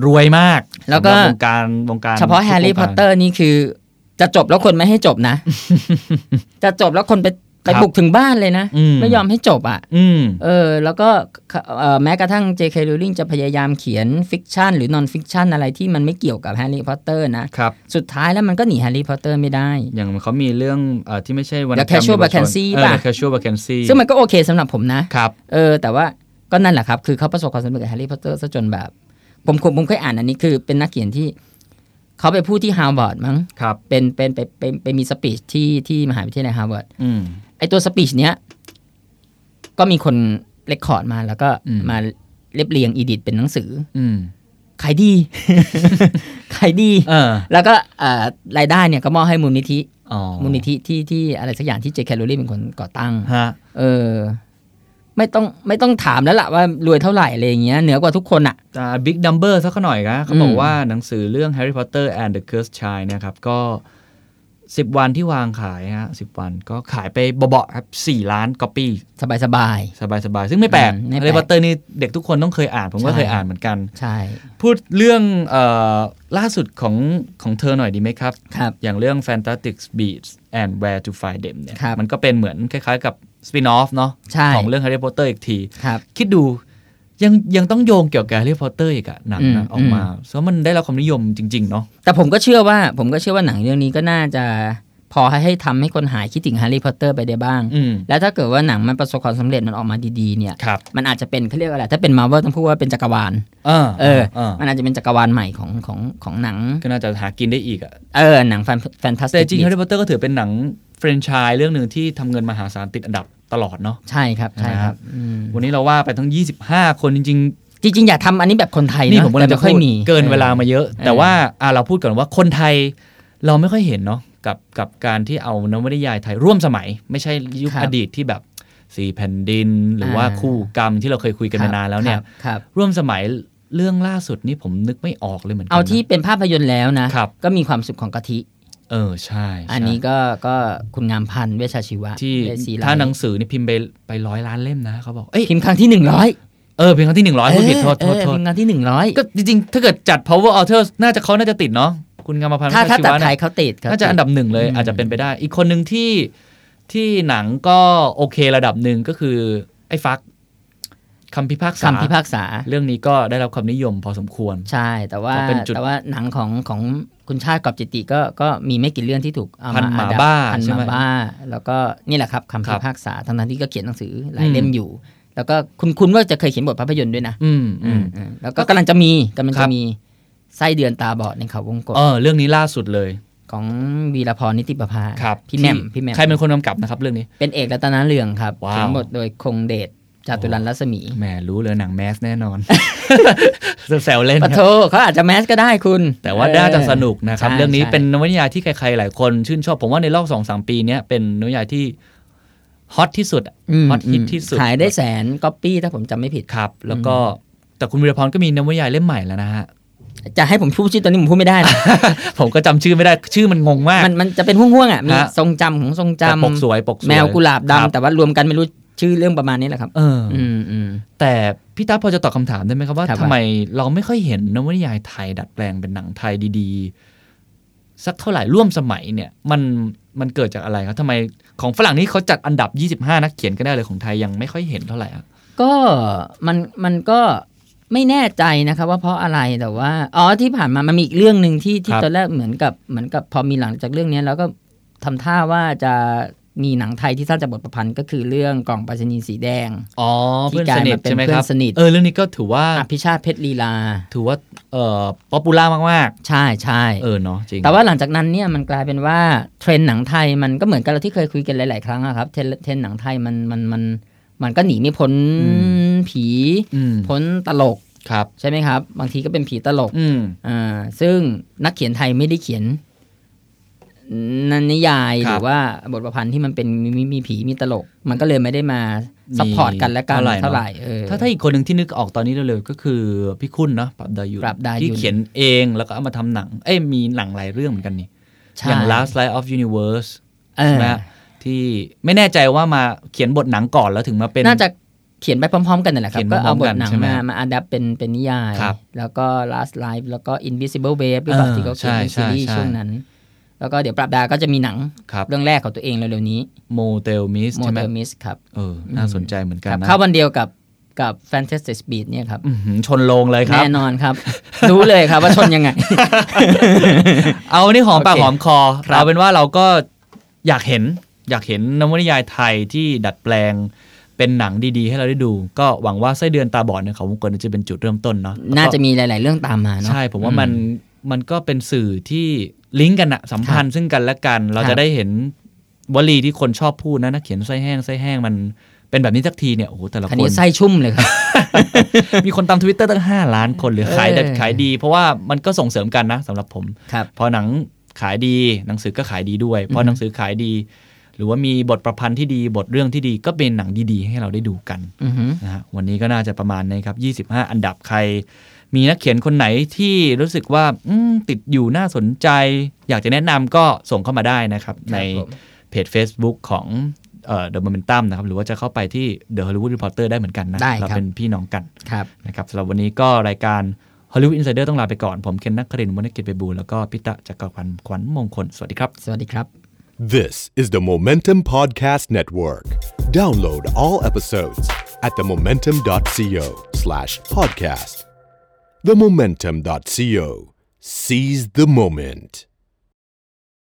S2: รวยมาก
S3: แล้วก็
S2: สำหรับวงการวงการ
S3: เฉพาะแฮร์รี่พอตเตอร์นี่คือ จะจบแล้วคนไม่ให้จบ นะ จะจบแล้วคนไปไปบุกถึงบ้านเลยนะ
S2: อื
S3: ไม่ยอมให้จบอ่ะ
S2: อืม
S3: เออแล้วก็เอ่อแม้กระทั่ง J.K. Rowling จะพยายามเขียนฟิกชันหรือนอนฟิกชันอะไรที่มันไม่เกี่ยวกับแฮร์รี่พอตเตอร์นะ
S2: ครับ
S3: สุดท้ายแล้วมันก็หนีแฮร์รี่พอตเตอร์ไม่ได้
S2: อย่างเขามีเรื่องเอ่อที่ไม่ใช่วัน
S3: The Casual Vacancy ป่ะ
S2: The Casual Vacancy
S3: ซึ่งมันก็โอเคสำหรับผมนะ
S2: ครับ
S3: เออ แต่ว่าก็นั่นแหละครับ คือเขาประสบความสำเร็จกับแฮร์รี่พอตเตอร์ซะจนแบบ ผมผมผมเคยอ่านอันนี้คือเป็นนักเขียนที่ เขาไปพูดที่ฮาร์วาร์ดมั้ง
S2: ครับ
S3: เป็นเป็นไปไปไปมีสปีชที่ที่มหาวิทยาลัยฮาร์วาร์ด
S2: อืม
S3: ไอตัวสปีชเนี้ยก็มีคนเรคคอร์ดมาแล้วก็
S2: อืม
S3: มาเรียบเรียงอีดิทเป็นหนังสือ
S2: อืม
S3: ขายดี ขายดี
S2: เออ
S3: แล้วก็เอ่อรายได้เนี่ยก็มอบให้มูลนิธิ
S2: อ๋อ
S3: มูลนิธิที่ที่อะไรสักอย่างที่เจแคลอรี่เป็นคนก่อตั้ง
S2: ฮะ
S3: เออ ไม่ต้องไม่ต้องถามแล้วล่ะว่ารวยเท่าไหร่อะไรอย่างเงี้ยเหนือกว่าทุกคนอ่ะ
S2: บิ๊กดัมเบอร์สักหน่อยนะเขาบอ
S3: อื
S2: ก
S3: ม
S2: ว่าหนังสือเรื่อง Harry Potter and the Cursed Child เนะครับ ก็ 10 วันที่วางขายฮะ10 วันก็ขายไปเบาๆครับ 4 ล้านก๊อปปี้
S3: สบายสบาย
S2: สบายๆ ซึ่งไม่แปลก
S3: อืมไม่แปล
S2: แฮ
S3: ก
S2: ร์รี่พอตเตอร์นี่เด็กทุกคนต้องเคยอ่าน ผมก็
S3: ใช่
S2: เคยอ่านเหมือนกัน
S3: ใช่
S2: พูดเรื่องเออล่าสุดของของเธอหน่อยดีไหมครับ
S3: ครับ
S2: อย่างเรื่อง Fantastic Beasts and Where to Find Them เนี่ย
S3: ครับ
S2: มันก็เป็นเหมือนคล้ายๆกับสปินออฟเนาะ
S3: ใช่
S2: ของเรื่อง Harry Potter อีกที
S3: ครับ
S2: คิดดูยังยังต้องโยงเกี่ยวกับ Harry Potter อีกอะหนังนะ
S3: อืม
S2: ออกมาเพราะมันได้รับความนิยมจริง ๆ เนาะ
S3: แต่ผมก็เชื่อว่า ผมก็เชื่อว่าหนังเรื่องนี้ก็น่าจะพอให้ให้ทำให้คนหายคิดถึงแฮร์รี่พอตเตอร์ไปได้บ้าง
S2: อืม
S3: แล้วถ้าเกิดว่าหนังมันประสบความสำเร็จมันออกมาดีๆเนี่ย
S2: ครับ
S3: มันอาจจะเป็นเขาเรียกอะไรถ้าเป็นมาร์วต้องพูดว่าเป็นจักรวาล
S2: เออ
S3: เออ
S2: เออ
S3: มันอาจจะเป็นจักรวาลใหม่ของของของหนัง
S2: ก็น่าจะหากินได้อีกอะ
S3: เออ หนังแฟนแฟนตาส
S2: แต่
S3: ติ
S2: จริง
S3: ก
S2: Harry Potter ก็ถือเป็นหนังเฟรนชชายเรื่องหนึ่งที่ทำเงินมหาศาลติดอันดับตลอดเนาะ
S3: ใช่ครับ ใช่ค
S2: นะครั
S3: รับ บอืม
S2: วันนี้เราว่าไปทั้ง 25 คนจริง ๆ
S3: จริง ๆ อยากทำอันนี้แบบคนไทย
S2: นี่
S3: นะ
S2: ผมกำลั
S3: แต่
S2: งจะ
S3: ไม่
S2: พู
S3: ค่อย
S2: ด
S3: มี
S2: เกิน
S3: ออ
S2: เวลามาเยอะ
S3: เออ
S2: แต่ว่าอ่ะเราพูดก่อนว่าคนไทยเราไม่ค่อยเห็นเนาะกับกับการที่เอานวนิยายไทยร่วมสมัย ไม่ใช่ยุค
S3: ครับ
S2: อดีตที่แบบสี่แผ่นดิน หรือว่า
S3: อ่า
S2: คู่กรรมที่เราเคยคุยกัน
S3: ครั
S2: มา
S3: บ
S2: นานแล้วเนี่ย
S3: ครับ
S2: ร่วมสมัยเรื่องล่าสุดนี่ผมนึกไม่ออกเลยเหมือนกั
S3: เอา
S2: นะ
S3: ที่เป็นภาพยนตร์แล้วนะ
S2: ครับ
S3: ก็มีความสุขของกะทิ
S2: เออใช่ใช่
S3: อันนี้ก็ก็คุณงามพันธ์เวชชีวะ
S2: ที่
S3: เวสีไล
S2: ถ้าหนังสือนี่พิมพ์ไปไปร้อยล้านเล่มนะเขาบอกเอ้ย
S3: พิมพ์ครั้งที่หนึ่งร้อย
S2: เออเพียงครั้งที่หนึ่งร้อยพูดผิดโทษโทษโทษ
S3: พิมพ์ครั้งที่หนึ่งร้อย
S2: ก็จริงๆ ถ้าเกิดจัด power author น่าจะเขาน่าจะติดเนาะคุณกรรมพันธ์
S3: ถ้า
S2: วิช
S3: ถ้า
S2: ชี
S3: ตัด
S2: วะเนี่ย
S3: ไทยเขาติดเข
S2: น่าจะ
S3: ติด
S2: อันดับหนึ่งเลย
S3: อืม
S2: อาจจะเป็นไปได้ อีกคนหนึ่งที่ที่หนังก็โอเคระดับหนึ่งก็คือ ไอ้ฟักคำพิพากษา
S3: คำพิพากษา
S2: เรื่องนี้ก็ได้รับความนิยมพอสมควร
S3: ใช่ แต่ว่า
S2: ก็เป็นจุด
S3: แต่ว่าหนังของของคุณชาติกอบจิตติก็ก็มีไม่กี่เรื่องที่ถูกเอา
S2: พัน
S3: มา
S2: หมา
S3: อัด
S2: บ้า
S3: พัน
S2: ใช่
S3: มา
S2: ไหม
S3: บ้า แล้วก็นี่แหละครับคำ
S2: ครั
S3: พิ
S2: บ
S3: พากษาทั้งนั้นที่ก็เขียนหนังสือหลา
S2: อื
S3: ย
S2: ม
S3: เล่มอยู่ แล้วก็คุณคุณว่าจะเคยเขียนบทภาพยนตร์ด้วยนะ
S2: อืมอืม
S3: อืมแล้วก็กำลังจะมีกำลัง
S2: ครั
S3: จะ
S2: บ
S3: มีไส้เดือนตาบอดในเขาวงกต
S2: เออเรื่องนี้ล่าสุดเลย
S3: ของวีรพรนิติประภา
S2: ครับ
S3: พี่แหม่ม
S2: ที่
S3: พี่แหม่ม
S2: ใครเป็นคนกำกับนะครับเรื่องนี้
S3: เป็นเอกรัตนาเรืองครับ
S2: ว้าว
S3: เขียนบทโดยคงเดชจาตุรันรัศมี
S2: แหมรู้เลยหนังแมสแน่นอน แซวๆเล่น
S3: ปะโทเขาอาจจะแมสก็ได้คุณ
S2: แต่ว่าน่าจะสนุกนะครับ
S3: ใช่
S2: เรื่องนี้
S3: ใช่
S2: เป็นนวนิยายที่ใครๆหลายคนชื่นชอบผมว่าในรอบสองสามปีเนี้ยเป็นนวนิยายที่ฮอตที่สุดอะ
S3: ม
S2: ฮอตฮิตที่สุด
S3: ขายได้แสนก๊อปปี้ถ้าผมจำไม่ผิด
S2: ครับ แล้วก็แต่คุณวีรพรก็มีนวนิยายเล่มใหม่แล้วนะฮะ
S3: จะให้ผมพูดชื่อตอนนี้ผมพูดไม่ได้นะ
S2: ผมก็จำชื่อไม่ได้ชื่อมันงงมาก
S3: มันมันจะเป็นห่วงๆอ่ะมี
S2: ฮะ
S3: ทรงจำของทรงจำ
S2: แต่ปกสวยปกสวย
S3: แมวกุหลาบดำ
S2: ครั
S3: แต่ว่ารวมกันไม่รู้ชื่อเรื่องประมาณนี้แหละครับ
S2: เอออ
S3: อืมอืม
S2: แต่พี่ตาพอจะตอบคำถามได้ไหมครับว่า
S3: ครับ
S2: ทำไมเราไม่ค่อยเห็นนวนิยายไทยดัดแปลงเป็นหนังไทยดีๆ สักเท่าไหร่ร่วมสมัยเนี่ย มันมันเกิดจากอะไรครับทำไมของฝรั่งนี่เขาจัดอันดับ 25 นักเขียนก็ได้เลยของไทยยังไม่ค่อยเห็นเท่าไหร่อะ
S3: ก็มันมันก็ไม่แน่ใจนะครับว่าเพราะอะไรแต่ว่าอ๋อที่ผ่านมามันมีอีกเรื่องหนึ่งที่ที่ตอนแรกเหมือนกับเหมือนกับพอมีหลังจากเรื่องเนี้ยแล้วก็ทำท่าว่าจะมีหนังไทยที่สร้างจากบทประพันธ์ก็คือเรื่องกล่องปรัชนีสีแดง
S2: อ๋อเพื่อน
S3: ที่กลา
S2: ส
S3: ย
S2: นิท
S3: มาเป็น
S2: ใช่ไหมครับ
S3: เพื่อนสนิท
S2: เออเรื่องนี้ก็ถือว่า
S3: อภิชาติเพชรลีลา
S2: ถือว่าเอ่อป๊อปปูล่ามาก
S3: ใช่ใช่
S2: ๆเออเนาะจริง
S3: แต่ว่าหลังจากนั้นเนี่ยมันกลายเป็นว่าเทรนด์หนังไทยมันก็เหมือนกับเราที่เคยคุยกันหลายๆครั้งอะครับเทรนด์เทรนด์หนังไทยมันมันมันมันก็หนีไม่พ้นผี
S2: อืม
S3: พ้นตลก
S2: ครับ
S3: ใช่ไหมครับ บางทีก็เป็นผีตลก
S2: อืม
S3: อ่าซึ่งนักเขียนไทยไม่ได้เขียนนนิยาย
S2: ครับ
S3: หรือว่าบทประพันธ์ที่มันเป็นมมีมีผีมีตลก มันก็เลยไม่ได้มาซัพพอร์ตกันและกัน
S2: เท่าไหร่
S3: เท่าไหร่เออ
S2: ถ้าถ้าอีกคนหนึ่งที่นึกออกตอนนี้เร็วๆก็คือพี่คุณเนาะปรับดายุน
S3: ปรับดายุน
S2: ที่เขียนเองแล้วก็เอามาทำหนัง เอ้ยมีหนังหลายเรื่องเหมือนกันนี่
S3: ใช่
S2: อย่าง Last Light of Universe
S3: เอ
S2: ใช่
S3: อ
S2: ไหมฮะที่ไม่แน่ใจว่ามาเขียนบทหนังก่อนแล้วถึงมาเป็น
S3: น่าจะเขียนไปพร้อม ๆ กันนั่นแหละครับ
S2: เขียนพ
S3: ก็
S2: ร้
S3: เอา
S2: อม
S3: บ
S2: ๆกั
S3: ท
S2: น
S3: หนัง
S2: ใช่ไหม
S3: มามาอัดับเป็นเป็นนิยาย
S2: ครับ
S3: แล้วก็ Last Life แล้วก็ Invisible Wave หรือเปล่า
S2: เออ
S3: ที่เขาเขียนเป็น
S2: ใช่
S3: ซีรีส์
S2: ใช่
S3: ช่วงนั้น แล้วก็เดี๋ยวปรับดาก็จะมีหนัง
S2: ครับ
S3: เรื่องแรกของตัวเองเร็วๆนี้
S2: โมเตลมิส
S3: m o
S2: ใช่ไห
S3: t
S2: ม
S3: e r m i s s ครับ
S2: เออ น่าสนใจเหมือนกัน
S3: ครับ
S2: นะ
S3: เข้าวันเดียวกับกับ Fantastic Speed เนี่ยครับ
S2: อื้อหือชนโลงเลยครับ
S3: แน่นอนครับ รู้เลยครับว่าชนยังไง
S2: เอานี่หอมปาก
S3: โอ
S2: ห
S3: เค
S2: อมคอ
S3: ครับ
S2: เราเป็นว่าเราก็อยากเห็นอยากเห็นนวนิยายไทยที่ดัดแปลงเป็นหนังดีๆ ให้เราได้ดู ก็หวังว่าไส้เดือนตาบอดเนี่ยเขาวงกลมจะเป็นจุดเริ่มต้นเนาะ
S3: น่า
S2: แล้วก็
S3: จะมีหลาย ๆ เรื่องตามมาเนาะ
S2: ใช่ ผมว่ามันมันก็เป็นสื่อที่ลิงก์กันอะสัมพันธ์ซึ่งกันและกัน เรา
S3: ครั
S2: จะ
S3: บ
S2: ได้เห็นวลีที่คนชอบพูดนะนักเขียนไส้แห้งไส้แห้งมันเป็นแบบนี้สักทีเนี่ยโอ้โหแต่ละ
S3: คัน
S2: ค
S3: นี้
S2: น
S3: ไส้ชุ่มเลยครับ
S2: มีคนตามทวิตเตอร์ตั้ง 5 ล้านคนหรือขายได้
S3: เออ
S2: ขายดี เพราะว่ามันก็ส่งเสริมกันนะสำหรับผม
S3: ครับ
S2: พอหนังขายดีหนังสือก็ขายดีด้วย พอ
S3: อือฮึ
S2: หนังสือขายดี หรือว่ามีบทประพันธ์ที่ดีบทเรื่องที่ดีก็เป็นหนังดีๆ ให้เราได้ดูกัน
S3: อือหือ
S2: นะฮะวันนี้ก็น่าจะประมาณนี้ครับ 25 อันดับใคร มีนักเขียนคนไหนที่รู้สึกว่าอืมติดอยู่น่าสนใจ อยากจะแนะนำก็ส่งเข้ามาได้นะครับ ใน
S3: ผม
S2: เพจ Facebook ของเอ่อ The Momentum นะครับ หรือว่าจะเข้าไปที่ The Hollywood Reporter ได้เหมือนกันนะ
S3: ได้ครับ
S2: เราเป็นพี่น้องกัน
S3: ครับ
S2: นะครับสำหรับวันนี้ก็รายการ Hollywood Insider ต้องลาไปก่อน ผมเคนนักครินทร์วรรณกิจไปบูลย์แล้วก็พิตะจักรพันธ์ขวัญมงคล สวัสดีครับ
S3: สวัสดีครับ
S1: This is the Momentum Podcast Network. Download all episodes at themomentum.co slash podcast. Themomentum.co. Seize the moment.